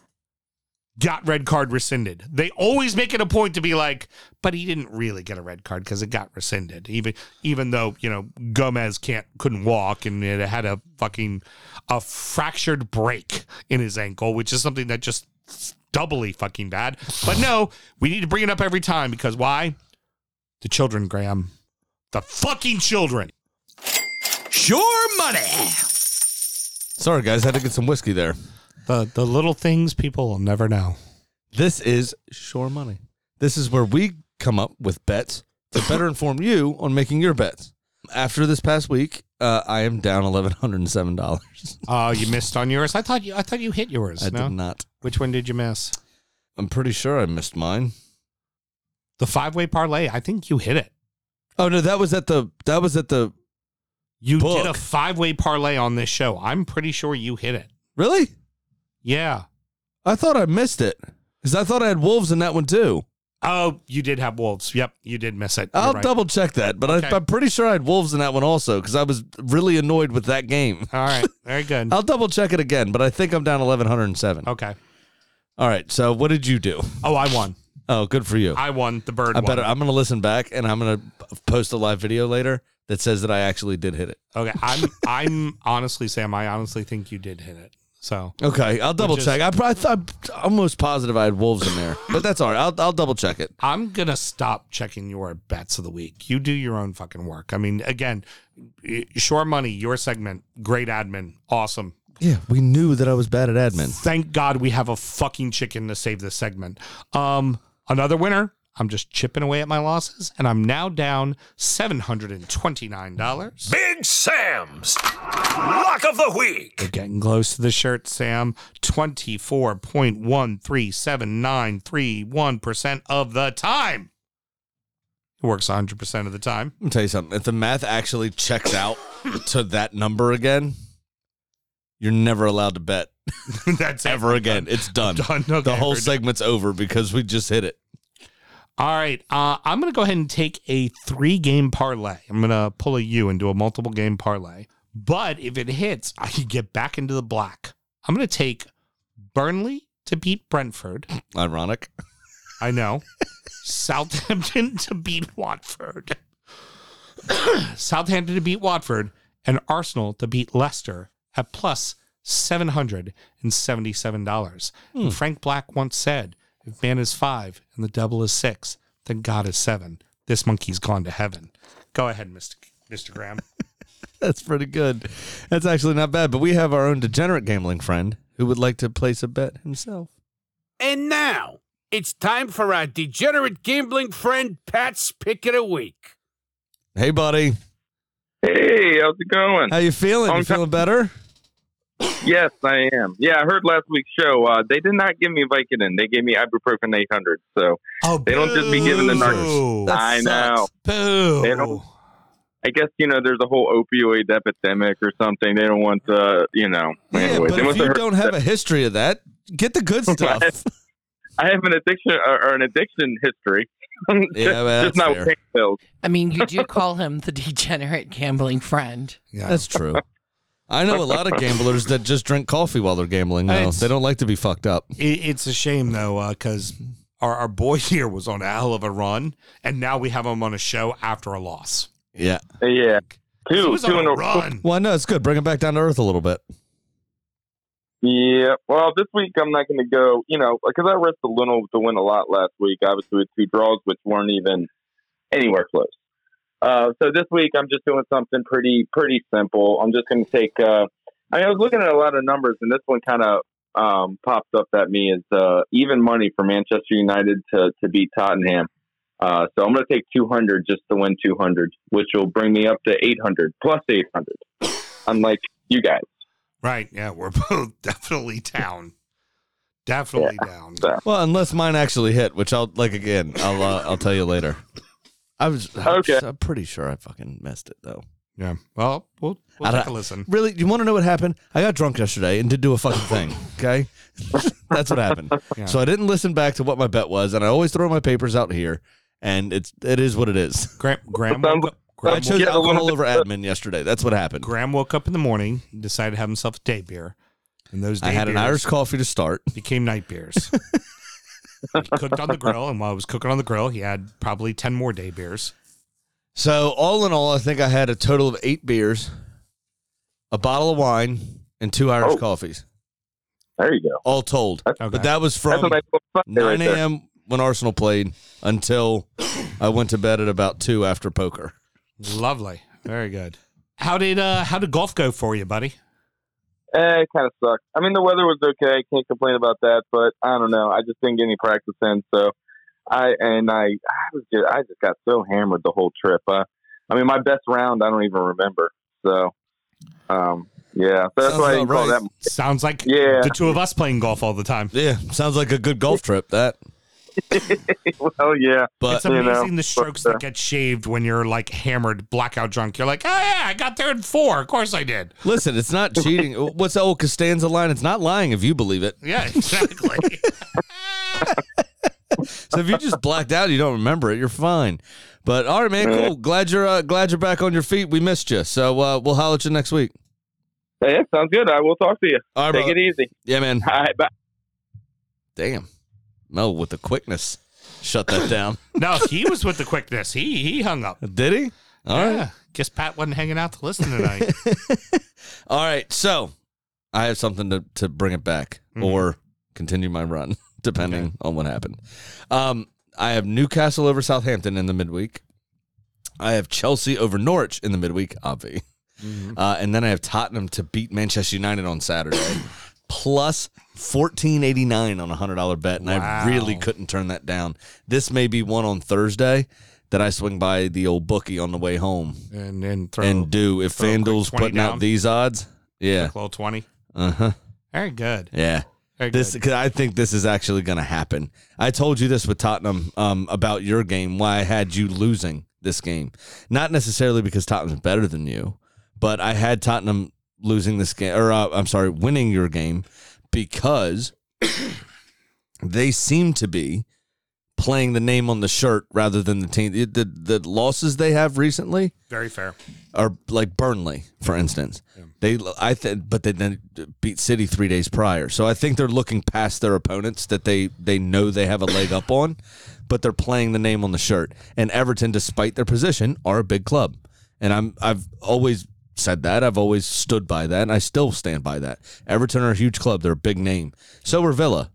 Speaker 2: got red card rescinded. They always make it a point to be like, but he didn't really get a red card because it got rescinded. Even even though, you know, Gomez can't couldn't walk and it had a fucking a fractured break in his ankle, which is something that just doubly fucking bad. But no, we need to bring it up every time because why? The children, Graham. The fucking children.
Speaker 7: Sure money.
Speaker 3: Sorry, guys. had to get some whiskey there.
Speaker 2: The the little things people will never know.
Speaker 3: This is Shore Money. This is where we come up with bets to better inform you on making your bets. After this past week, uh, I am down $1,107.
Speaker 2: Uh you missed on yours. I thought you I thought you hit yours.
Speaker 3: I
Speaker 2: no?
Speaker 3: did not.
Speaker 2: Which one did you miss?
Speaker 3: I'm pretty sure I missed mine.
Speaker 2: The five way parlay, I think you hit it.
Speaker 3: Oh no, that was at the that was at the
Speaker 2: You
Speaker 3: Book.
Speaker 2: did a five way parlay on this show. I'm pretty sure you hit it.
Speaker 3: Really?
Speaker 2: Yeah.
Speaker 3: I thought I missed it. Cuz I thought I had wolves in that one too.
Speaker 2: Oh, you did have wolves. Yep, you did miss it. You're
Speaker 3: I'll
Speaker 2: right.
Speaker 3: double check that, but
Speaker 2: Okay.
Speaker 3: I, I'm pretty sure I had wolves in that one also because I was really annoyed with that game.
Speaker 2: All right, very good.
Speaker 3: I'll double check it again, but I think I'm down 1107.
Speaker 2: okay.
Speaker 3: All right, so what did you do?
Speaker 2: Oh, I won.
Speaker 3: Oh, good for you. I,
Speaker 2: I won. The bird. won.
Speaker 3: better. I'm gonna listen back and I'm gonna post a live video later that says that I actually did hit it.
Speaker 2: Okay. I'm. I'm honestly, Sam. I honestly think you did hit it. So
Speaker 3: Okay, I'll double
Speaker 2: is-
Speaker 3: check. I probably thought, I'm almost positive I had wolves in there, but that's all right. I'll, I'll double check it.
Speaker 2: I'm gonna stop checking your bets of the week. You do your own fucking work. I mean, again, y- sure money, your segment, great admin, awesome.
Speaker 3: Yeah, we knew that I was bad at admin.
Speaker 2: Thank God we have a fucking chicken to save this segment. Um, another winner. I'm just chipping away at my losses, and I'm now down seven hundred and twenty nine dollars.
Speaker 8: Big Sam's Lock of the Week.
Speaker 2: We're getting close to the shirt, Sam. Twenty four point one three seven nine three one percent of the time. It works hundred percent of the time.
Speaker 3: Let me tell you something. If the math actually checks out to that number again, you're never allowed to bet
Speaker 2: That's it.
Speaker 3: ever again. It's done.
Speaker 2: Done. Okay,
Speaker 3: the whole
Speaker 2: we're done.
Speaker 3: segment's over because we just hit it.
Speaker 2: All right. Uh, I'm going to go ahead and take a three game parlay. I'm going to pull a U and do a multiple game parlay. But if it hits, I can get back into the black. I'm going to take Burnley to beat Brentford.
Speaker 3: Ironic.
Speaker 2: I know. Southampton to beat Watford. Southampton to beat Watford and Arsenal to beat Leicester at plus $777. And Frank Black once said, if man is five and the devil is six, then God is seven. This monkey's gone to heaven. Go ahead, Mr. Mr. Graham.
Speaker 3: That's pretty good. That's actually not bad. But we have our own degenerate gambling friend who would like to place a bet himself.
Speaker 9: And now it's time for our degenerate gambling friend Pat's pick of the week.
Speaker 3: Hey, buddy.
Speaker 10: Hey, how's it going?
Speaker 3: How you feeling? You
Speaker 10: Long time-
Speaker 3: feeling better?
Speaker 10: Yes, I am. Yeah, I heard last week's show. Uh, they did not give me Vicodin. They gave me ibuprofen 800. So
Speaker 2: Oh,
Speaker 10: They don't just be giving the
Speaker 2: boo.
Speaker 10: narc- I know.
Speaker 2: Boo.
Speaker 10: They don't- I guess you know there's a whole opioid epidemic or something. They don't want uh, you know.
Speaker 3: Yeah,
Speaker 10: anyways,
Speaker 3: but
Speaker 10: they
Speaker 3: if
Speaker 10: must
Speaker 3: you
Speaker 10: have
Speaker 3: don't have
Speaker 10: heard
Speaker 3: a history of that, get the good stuff.
Speaker 10: I have an addiction uh, or, or an addiction history. Just-
Speaker 3: Yeah, well, that's
Speaker 10: just not
Speaker 3: fair.
Speaker 10: with pain pills.
Speaker 6: I mean, you do call him the degenerate gambling friend.
Speaker 2: Yeah.
Speaker 3: That's true. I know a lot of gamblers that just drink coffee while they're gambling. Now
Speaker 2: It's-
Speaker 3: they don't like to be fucked up.
Speaker 2: It, it's a shame though, because our, our boy here was on a hell of a run, and now we have him on a show after a loss.
Speaker 3: Yeah.
Speaker 10: Yeah,
Speaker 2: he
Speaker 10: two,
Speaker 2: was
Speaker 10: two
Speaker 2: on
Speaker 10: in
Speaker 2: a
Speaker 10: a
Speaker 2: run.
Speaker 3: Well, no, it's good. Bring it back down to earth a little bit.
Speaker 10: Yeah, well, this week I'm not going to go, you know, because I risked the Lino to win a lot last week, obviously with two draws, which weren't even anywhere close. Uh, so this week I'm just doing something pretty, pretty simple. I'm just going to take. Uh, I, mean, I was looking at a lot of numbers, and this one kind of um, popped up at me as uh, even money for Manchester United to to beat Tottenham. Uh, so I'm going to take 200 just to win 200, which will bring me up to 800 plus 800. Unlike you guys.
Speaker 2: Right? Yeah, we're both definitely down. Definitely down.
Speaker 10: So-
Speaker 3: Well, unless mine actually hit, which I'll like again. I'll uh, I'll tell you later. I was I'm,
Speaker 10: Okay.
Speaker 3: I'm pretty sure I fucking messed it though.
Speaker 2: Yeah. Well, we'll, we'll
Speaker 3: I don't-
Speaker 2: take a listen.
Speaker 3: Really, you want to know what happened? I got drunk yesterday and did do a fucking thing. Okay, that's what happened.
Speaker 2: Yeah.
Speaker 3: So I didn't listen back to what my bet was, and I always throw my papers out here, and it's it is what it is.
Speaker 2: Graham, Graham,
Speaker 10: Sounds
Speaker 2: woke up, Graham,
Speaker 3: I
Speaker 2: woke-
Speaker 3: chose
Speaker 10: get a little
Speaker 3: alcohol
Speaker 10: bit-
Speaker 3: over admin yesterday. That's what happened.
Speaker 2: Graham woke up in the morning, and decided to have himself a day beer, and those day
Speaker 3: I had an
Speaker 2: beers
Speaker 3: Irish coffee to start.
Speaker 2: became night beers. he cooked on the grill, and while I was cooking on the grill, he had probably ten more day beers.
Speaker 3: So all in all, I think I had a total of eight beers, a bottle of wine, and two Irish
Speaker 10: Oh.
Speaker 3: coffees,
Speaker 10: There you go.
Speaker 3: all told.
Speaker 10: That's-
Speaker 2: Okay.
Speaker 3: But that was
Speaker 10: That's a
Speaker 3: from
Speaker 10: nice little Sunday
Speaker 3: 9
Speaker 10: right there.
Speaker 3: a.m. when Arsenal played until I went to bed at about two after poker.
Speaker 2: Lovely. Very good. How did uh how did golf go for you, buddy?
Speaker 10: Eh, it kind of sucked. I mean, the weather was okay. Can't complain about that. But I don't know. I just didn't get any practice in. So I and I, I was just, I just got so hammered the whole trip. Uh, I mean, my best round I don't even remember. So, um, yeah. So that's
Speaker 3: Sounds
Speaker 10: why I
Speaker 3: about
Speaker 10: didn't call
Speaker 3: right.
Speaker 10: that.
Speaker 2: Sounds like
Speaker 10: Yeah.
Speaker 2: the two of us playing golf all the time.
Speaker 3: Yeah, sounds like a good golf trip. That,
Speaker 10: well, Oh, yeah.
Speaker 3: but
Speaker 2: It's
Speaker 10: You
Speaker 2: amazing
Speaker 10: know, uh,
Speaker 2: the strokes that get shaved when you're like hammered, blackout drunk. You're like, oh yeah, I got there in four. Of course I did.
Speaker 3: listen, it's not cheating. What's the old Costanza line? It's not lying if you believe it.
Speaker 2: Yeah, exactly.
Speaker 3: So if you just blacked out, you don't remember it. You're fine. But all right, man, cool. Glad you're uh, glad you're back on your feet. We missed you, so uh, we'll holler at you next week.
Speaker 10: Hey, yeah, sounds good. I will talk to you.
Speaker 3: All right,
Speaker 10: Take
Speaker 3: brother.
Speaker 10: it easy.
Speaker 3: yeah, man.
Speaker 10: All right, bye.
Speaker 3: Damn, Mel with the quickness, shut that down.
Speaker 2: no, he was with the quickness. He he hung up.
Speaker 3: Did he? All right.
Speaker 2: Yeah. Guess Pat wasn't hanging out to listen tonight.
Speaker 3: All right. So I have something to, to bring it back
Speaker 2: Mhm.
Speaker 3: or continue my run, depending on what happened. Um, I have Newcastle over Southampton in the midweek. I have Chelsea over Norwich in the midweek, obvi. Uh, and then I have Tottenham to beat Manchester United on Saturday, plus fourteen eighty nine on a hundred dollar bet, and I really
Speaker 2: Wow.
Speaker 3: couldn't turn that down. This may be one on Thursday that I swing by the old bookie on the way home
Speaker 2: and and throw
Speaker 3: and do if
Speaker 2: throw a quick
Speaker 3: FanDuel's
Speaker 2: 20
Speaker 3: putting
Speaker 2: down.
Speaker 3: out these odds. Yeah,
Speaker 2: quick little twenty.
Speaker 3: uh huh,
Speaker 2: Very good.
Speaker 3: yeah.
Speaker 2: Very
Speaker 3: This,
Speaker 2: good.
Speaker 3: cause I think this is actually going to happen. I told you this with Tottenham um, about your game, why I had you losing this game. Not necessarily because Tottenham's better than you, but I had Tottenham losing this game, or uh, I'm sorry, winning your game because they seem to be playing the name on the shirt rather than the team. The, the, the losses they have recently
Speaker 2: Very fair.
Speaker 3: are like Burnley, for instance. They, I th- but they then beat City three days prior. So I think they're looking past their opponents that they they know they have a leg up on, but they're playing the name on the shirt. And Everton, despite their position, are a big club. And I'm I've always said that. I've always stood by that, and I still stand by that. Everton are a huge club. They're a big name. So are Villa,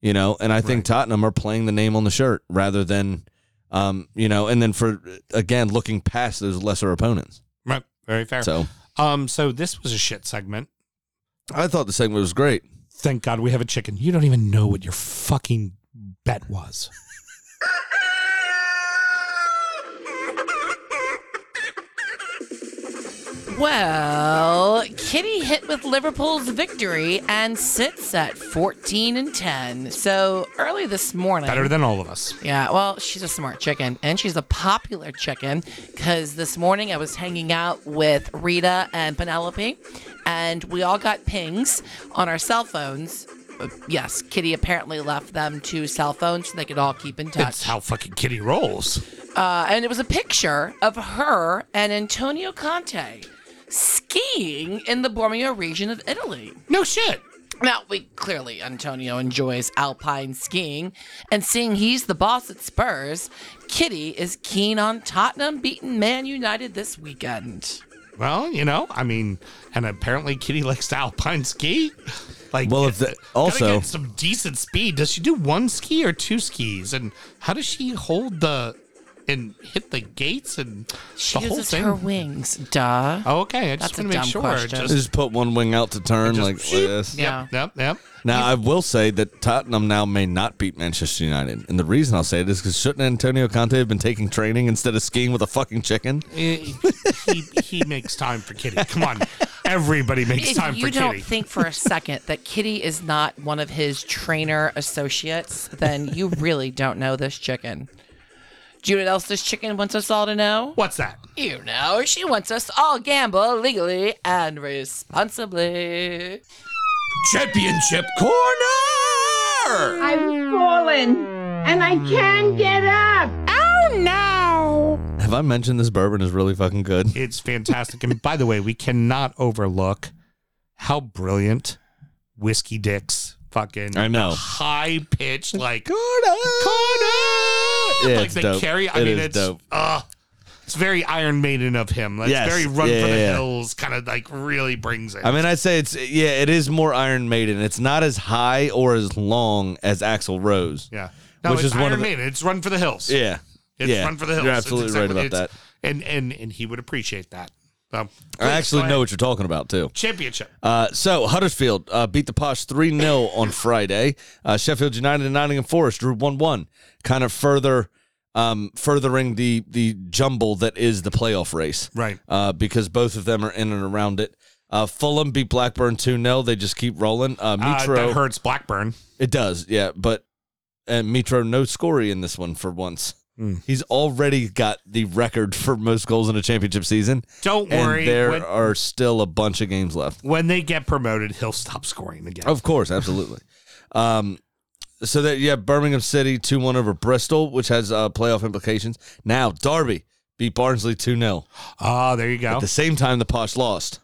Speaker 3: you know. And I think Tottenham are playing the name on the shirt rather than. Um, you know, and then for again looking past those lesser opponents.
Speaker 2: Right. Very fair.
Speaker 3: So
Speaker 2: um, so this was a shit segment.
Speaker 3: I thought the segment was great.
Speaker 2: Thank God we have a chicken. You don't even know what your fucking bet was.
Speaker 6: Well, Kitty hit with Liverpool's victory and sits at 14 and 10. So early this morning.
Speaker 2: Better than all of us.
Speaker 6: Yeah, well, she's a smart chicken and she's a popular chicken because this morning I was hanging out with Rita and Penelope and we all got pings on our cell phones. Uh, Yes, Kitty apparently left them to cell phones so they could all keep in
Speaker 2: That's
Speaker 6: touch.
Speaker 2: how fucking Kitty rolls.
Speaker 6: Uh, and it was a picture of her and Antonio Conte skiing in the Bormio region of Italy.
Speaker 2: No shit.
Speaker 6: Now, we clearly Antonio enjoys alpine skiing, and seeing he's the boss at Spurs, Kitty is keen on Tottenham beating Man United this weekend.
Speaker 2: Well, you know, I mean, and apparently Kitty likes to alpine ski. Like,
Speaker 3: Well, if the-
Speaker 2: gotta
Speaker 3: also-
Speaker 2: get some decent speed. Does she do one ski or two skis? And how does she hold the and hit the gates and
Speaker 6: She
Speaker 2: the whole
Speaker 6: uses
Speaker 2: thing?
Speaker 6: her wings, duh.
Speaker 2: oh, okay, I just
Speaker 6: That's a
Speaker 2: want to make
Speaker 6: dumb
Speaker 2: sure.
Speaker 6: question.
Speaker 2: Just,
Speaker 3: Just put one wing out to turn
Speaker 2: Just
Speaker 3: like
Speaker 2: shoot.
Speaker 3: this.
Speaker 6: Yeah.
Speaker 2: Yep, yep.
Speaker 3: Now I will say that Tottenham now may not beat Manchester United, and the reason I'll say it is because shouldn't Antonio Conte have been taking training instead of skiing with a fucking chicken?
Speaker 2: he, Eh, he makes time for Kitty. Come on, everybody makes
Speaker 6: If
Speaker 2: time
Speaker 6: you
Speaker 2: for
Speaker 6: don't
Speaker 2: Kitty.
Speaker 6: think for a second that Kitty is not one of his trainer associates, then you really don't know this chicken. Do you know what else this chicken wants us all to know?
Speaker 2: What's that?
Speaker 6: You know, she wants us to all gamble legally and responsibly.
Speaker 7: Championship Corner!
Speaker 11: I've fallen and I can't get up. Oh no!
Speaker 3: Have I mentioned this bourbon is really fucking good?
Speaker 2: It's fantastic. and by the way, we cannot overlook how brilliant Whiskey Dick's fucking
Speaker 3: I know.
Speaker 2: high pitched like
Speaker 3: Yeah,
Speaker 2: like
Speaker 3: it's
Speaker 2: they
Speaker 3: dope.
Speaker 2: carry. I
Speaker 3: It
Speaker 2: mean,
Speaker 3: is
Speaker 2: it's
Speaker 3: dope.
Speaker 2: uh, it's very Iron Maiden of him. Like
Speaker 3: Yes.
Speaker 2: it's very Run
Speaker 3: Yeah,
Speaker 2: for the
Speaker 3: yeah, yeah.
Speaker 2: Hills kind of like really brings it.
Speaker 3: I mean, I'd say it's yeah, it is more Iron Maiden. It's not as high or as long as Axl Rose.
Speaker 2: yeah, no,
Speaker 3: which
Speaker 2: it's
Speaker 3: is
Speaker 2: Iron
Speaker 3: one of the-
Speaker 2: Maiden. It's Run for the Hills.
Speaker 3: Yeah,
Speaker 2: It's
Speaker 3: yeah.
Speaker 2: Run for the Hills.
Speaker 3: You're
Speaker 2: It's
Speaker 3: absolutely
Speaker 2: exactly-
Speaker 3: right about
Speaker 2: it's-
Speaker 3: that.
Speaker 2: And and and he would appreciate that. Um,
Speaker 3: I actually know what you're talking about too.
Speaker 2: championship.
Speaker 3: Uh, so Huddersfield uh, beat the Posh 3 0 on Friday. Uh, Sheffield United and Nottingham Forest drew 1 1, kind of further um, furthering the, the jumble that is the playoff race.
Speaker 2: Right.
Speaker 3: Uh, because both of them are in and around it. Uh, Fulham beat Blackburn 2 0. They just keep rolling. Uh,
Speaker 2: Uh,
Speaker 3: Mitro,
Speaker 2: that hurts Blackburn.
Speaker 3: it does, yeah. But and Mitro, no scorey in this one for once. He's already got the record for most goals in a championship season.
Speaker 2: Don't
Speaker 3: and
Speaker 2: worry.
Speaker 3: There
Speaker 2: when,
Speaker 3: are still a bunch of games left.
Speaker 2: when they get promoted, he'll stop scoring again.
Speaker 3: Of course, absolutely. um, so that yeah, Birmingham City two one over Bristol, which has uh, playoff implications. Now Derby beat Barnsley two 0
Speaker 2: Ah, there you go.
Speaker 3: At the same time, the Posh lost.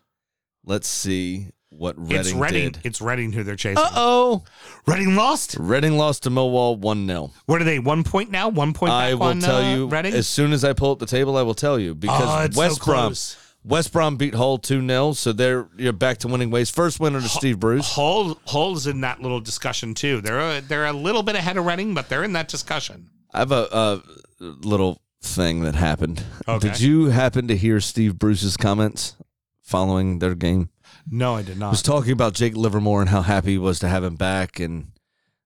Speaker 3: Let's see what Reading,
Speaker 2: it's Reading.
Speaker 3: did.
Speaker 2: It's Reading who they're chasing.
Speaker 3: Uh oh,
Speaker 2: Reading lost.
Speaker 3: Reading lost to Millwall one 0
Speaker 2: What are they? One point now. One point.
Speaker 3: I
Speaker 2: back
Speaker 3: will
Speaker 2: on,
Speaker 3: tell
Speaker 2: uh,
Speaker 3: you
Speaker 2: Reading.
Speaker 3: as soon as I pull up the table. I will tell you because
Speaker 2: Oh, it's so
Speaker 3: West Brom
Speaker 2: close.
Speaker 3: West Brom beat Hull 2 0, so they're you're back to winning ways. First winner to Steve Bruce.
Speaker 2: Hull Hull's in that little discussion too. They're a, they're a little bit ahead of Reading, but they're in that discussion.
Speaker 3: I have a, a little thing that happened.
Speaker 2: Okay.
Speaker 3: Did you happen to hear Steve Bruce's comments following their game?
Speaker 2: No, I did not.
Speaker 3: was talking about Jake Livermore and how happy he was to have him back, and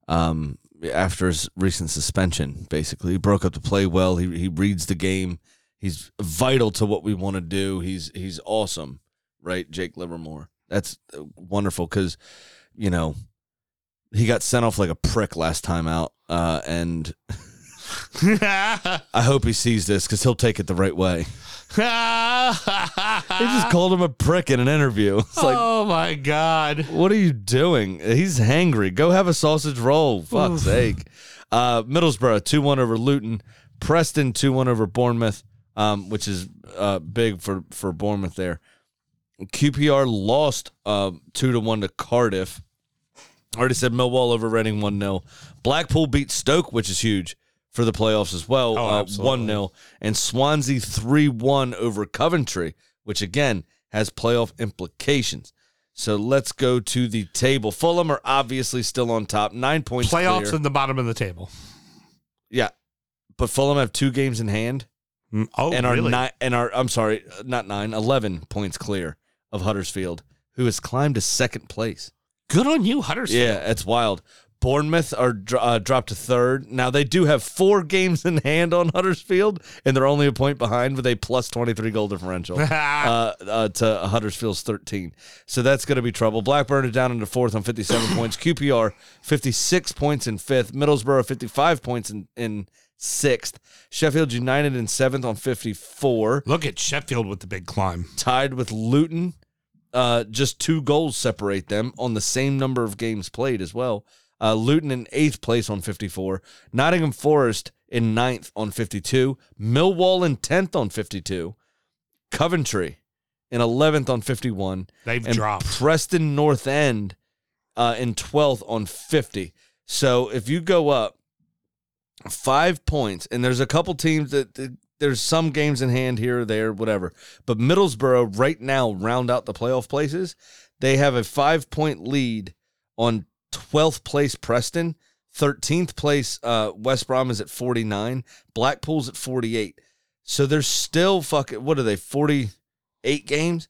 Speaker 3: um, after his recent suspension, basically he broke up the play well. He he reads the game. He's vital to what we want to do. He's he's awesome, right? Jake Livermore. That's uh, wonderful because you know he got sent off like a prick last time out, uh, and I hope he sees this because he'll take it the right way. They
Speaker 2: Uh,
Speaker 3: just called him a prick in an interview. It's like,
Speaker 2: oh my god,
Speaker 3: what are you doing? He's hangry. Go have a sausage roll. Fuck's
Speaker 2: Oof.
Speaker 3: sake. Uh, Middlesbrough two one over Luton. Preston two one over Bournemouth, um, which is uh, big for for Bournemouth there. QPR lost um, two to one to Cardiff. Already said Millwall over Reading one 0 Blackpool beat Stoke, which is huge for the playoffs as well. uh,
Speaker 2: Oh,
Speaker 3: One
Speaker 2: absolutely.
Speaker 3: 0 and Swansea three one over Coventry, which again has playoff implications. So let's go to the table. Fulham are obviously still on top, nine points.
Speaker 2: Playoffs
Speaker 3: clear.
Speaker 2: in the bottom of the table.
Speaker 3: yeah, but Fulham have two games in hand.
Speaker 2: Oh,
Speaker 3: and are
Speaker 2: really?
Speaker 3: nine and are I'm sorry, not nine, 11 points clear of Huddersfield, who has climbed to second place.
Speaker 2: Good on you, Huddersfield.
Speaker 3: Yeah, it's wild. Bournemouth are dr- uh, dropped to third. Now they do have four games in hand on Huddersfield, and they're only a point behind with a plus twenty three goal differential uh, uh, to Huddersfield's thirteen. So that's going to be trouble. Blackburn are down into fourth on fifty seven points. QPR fifty six points in fifth. Middlesbrough fifty five points in, in sixth. Sheffield United in seventh on fifty four.
Speaker 2: Look at Sheffield with the big climb.
Speaker 3: Tied with Luton. Uh, just two goals separate them on the same number of games played as well. Uh, Luton in eighth place on 54. Nottingham Forest in ninth on 52. Millwall in 10th on 52. Coventry in 11th on 51.
Speaker 2: They've
Speaker 3: and
Speaker 2: dropped.
Speaker 3: Preston North End uh, in 12th on 50. So if you go up five points, and there's a couple teams that, that there's some games in hand here or there, whatever. But Middlesbrough right now round out the playoff places. They have a five point lead on 12th place Preston. 13th place uh, West Brom is at 49. Blackpool's at 48. So they're still fucking, what are they, 48 games?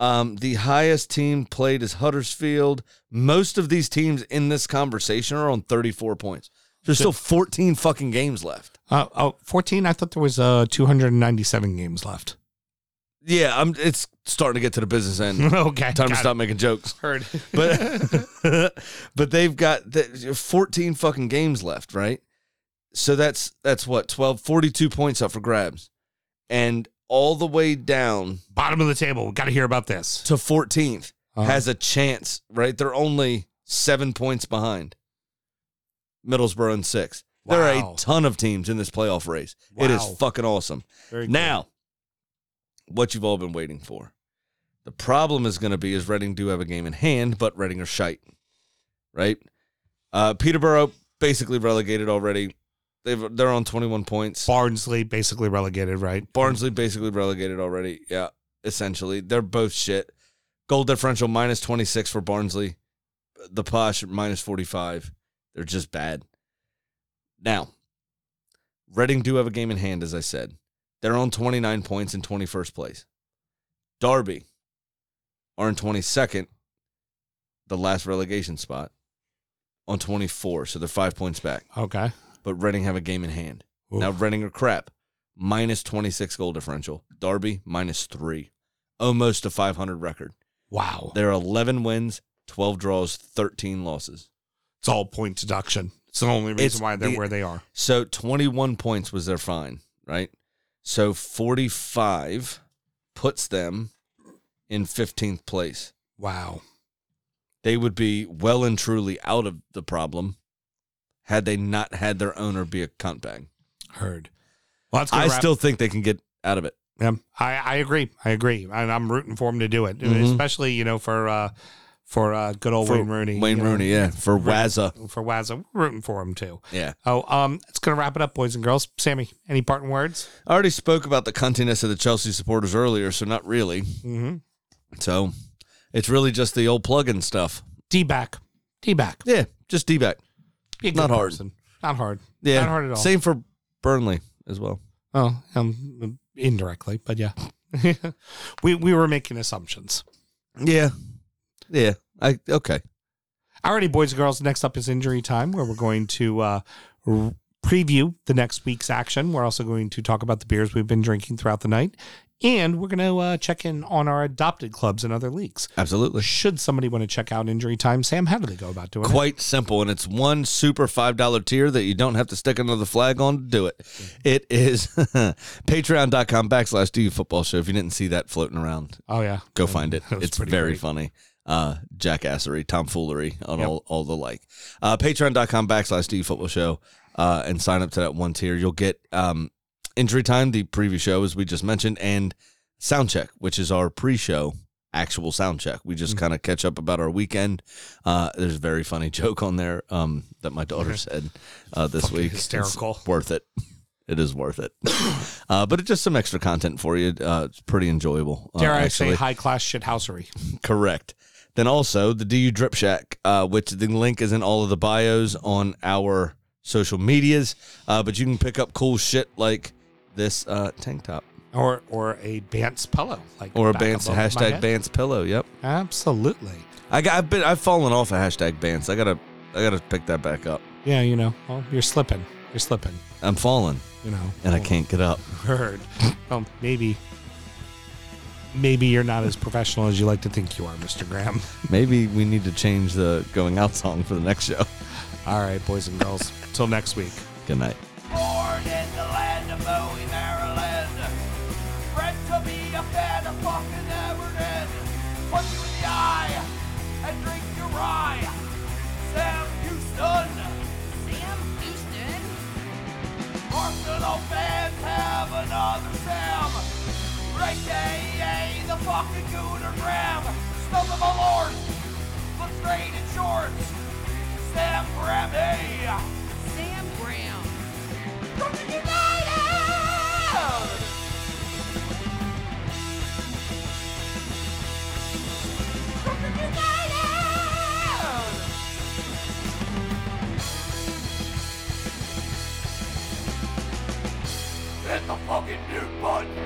Speaker 3: Um, the highest team played is Huddersfield. Most of these teams in this conversation are on 34 points. There's still 14 fucking games left.
Speaker 2: Uh, oh, 14. I thought there was uh 297 games left.
Speaker 3: Yeah, I'm. It's starting to get to the business end.
Speaker 2: Okay,
Speaker 3: time
Speaker 2: got
Speaker 3: to
Speaker 2: it.
Speaker 3: stop making jokes.
Speaker 2: Heard.
Speaker 3: but but they've got the, 14 fucking games left, right? So that's that's what 12, 42 points up for grabs, and all the way down
Speaker 2: Bottom of the table. Got to hear about this.
Speaker 3: to 14th
Speaker 2: Uh-huh.
Speaker 3: has a chance, right? They're only seven points behind Middlesbrough in sixth. There are
Speaker 2: Wow.
Speaker 3: a ton of teams in this playoff race. It is
Speaker 2: Wow.
Speaker 3: fucking awesome.
Speaker 2: Very cool.
Speaker 3: now, what you've all been waiting for. The problem is going to be is Reading do have a game in hand, but Reading are shite, right? Uh, Peterborough basically relegated already. They've, they're on 21 points.
Speaker 2: Barnsley basically relegated, right?
Speaker 3: Barnsley basically relegated already. Yeah, essentially. They're both shit. Goal differential minus 26 for Barnsley. The Posh minus 45. They're just bad. Now, Reading do have a game in hand, as I said. They're on 29 points in 21st place. Derby are in 22nd, the last relegation spot, on 24. So they're five points back
Speaker 2: Okay.
Speaker 3: but Reading have a game in hand.
Speaker 2: Oof.
Speaker 3: Now Reading are crap. Minus 26 goal differential. Derby minus 3. Almost a 500 record.
Speaker 2: Wow.
Speaker 3: They're 11 wins, 12 draws, 13 losses.
Speaker 2: It's all point deduction. It's the only reason
Speaker 3: It's
Speaker 2: why they're
Speaker 3: the-
Speaker 2: where they are.
Speaker 3: So 21 points was their fine, right? So 45 puts them in 15th place.
Speaker 2: Wow.
Speaker 3: They would be well and truly out of the problem had they not had their owner be a cunt bag.
Speaker 2: Heard. Well, that's gonna
Speaker 3: I
Speaker 2: wrap-
Speaker 3: still think they can get out of it.
Speaker 2: Yeah, I, I agree. I agree, and I'm rooting for him to do it,
Speaker 3: Mhm.
Speaker 2: especially you know for uh, for uh, good old
Speaker 3: For
Speaker 2: Wayne Rooney.
Speaker 3: Wayne
Speaker 2: you know.
Speaker 3: Rooney, yeah, for Wazza.
Speaker 2: For Wazza, We're rooting for him too.
Speaker 3: Yeah.
Speaker 2: Oh, um, it's gonna wrap it up, boys and girls. Sammy, any parting words?
Speaker 3: I already spoke about the cuntiness of the Chelsea supporters earlier, so not really.
Speaker 2: Mm-hmm.
Speaker 3: So it's really just the old plug-in stuff.
Speaker 2: D back, D back.
Speaker 3: Yeah, just D back.
Speaker 2: Be a good
Speaker 3: Not hard.
Speaker 2: person. Not hard.
Speaker 3: Yeah,
Speaker 2: Not hard at all.
Speaker 3: Same for Burnley as well.
Speaker 2: Oh, um, indirectly, but yeah. we we were making assumptions.
Speaker 3: Yeah, yeah. I okay.
Speaker 2: Alrighty, boys and girls. Next up is injury time, where we're going to uh, r- preview the next week's action. We're also going to talk about the beers we've been drinking throughout the night, and we're going to uh, check in on our adopted clubs and other leagues.
Speaker 3: Absolutely.
Speaker 2: Should somebody want to check out injury time, Sam, how do they go about doing it?
Speaker 3: Quite simple, and it's one super five dollar tier that you don't have to stick another flag on to do it. It is patreon.com backslash do you football show. If you didn't see that floating around,
Speaker 2: Oh yeah,
Speaker 3: go find it.
Speaker 2: that was
Speaker 3: It's
Speaker 2: pretty
Speaker 3: very
Speaker 2: great.
Speaker 3: funny. Uh, jackassery, tomfoolery, on
Speaker 2: Yep.
Speaker 3: all, all the like. Uh, Patreon.com backslash DU Football Show uh, and sign up to that one tier. You'll get um, Injury Time, the preview show, as we just mentioned, and sound check, which is our pre show actual sound check. We
Speaker 2: Mm.
Speaker 3: just kind of catch up about our weekend. Uh, there's a very funny joke on there um, that my daughter said uh, this week. It's
Speaker 2: hysterical.
Speaker 3: worth it. It is worth it. uh, but it's just some extra content for you. Uh, it's pretty enjoyable. uh,
Speaker 2: Dare I say
Speaker 3: actually.
Speaker 2: high class shithousery?
Speaker 3: Correct. Then also the DU Drip Shack, uh, which the link is in all of the bios on our social medias. Uh, but you can pick up cool shit like this uh, tank top
Speaker 2: Or or a Bance pillow, like
Speaker 3: or a
Speaker 2: back
Speaker 3: Bance
Speaker 2: above my
Speaker 3: hashtag
Speaker 2: head?
Speaker 3: Bance pillow. Yep.
Speaker 2: Absolutely.
Speaker 3: I got, I've been I've fallen off a hashtag Bance. I gotta I gotta pick that back up.
Speaker 2: Yeah, you know, well, you're slipping. You're slipping.
Speaker 3: I'm falling
Speaker 2: You know,
Speaker 3: and I can't get up.
Speaker 2: heard. Well, maybe, maybe you're not as professional as you like to think you are, Mr. Graham.
Speaker 3: Maybe we need to change the going out song for the next show.
Speaker 2: All right, boys and girls. Till next week.
Speaker 3: Good night.
Speaker 4: Born in the land of Bowie, Maryland. Bred to be a fan of fucking Everton. Punch you in the eye and drink your rye. Sam Houston.
Speaker 5: Sam Houston.
Speaker 4: Arsenal fans have another Sam. Great day, the fucking Gooner Graham. Stuff of a lord. Look straight in shorts. Sam Grammy.
Speaker 5: Sam Graham.
Speaker 4: Brooklyn United! Brooklyn United! Hit the fucking mute button!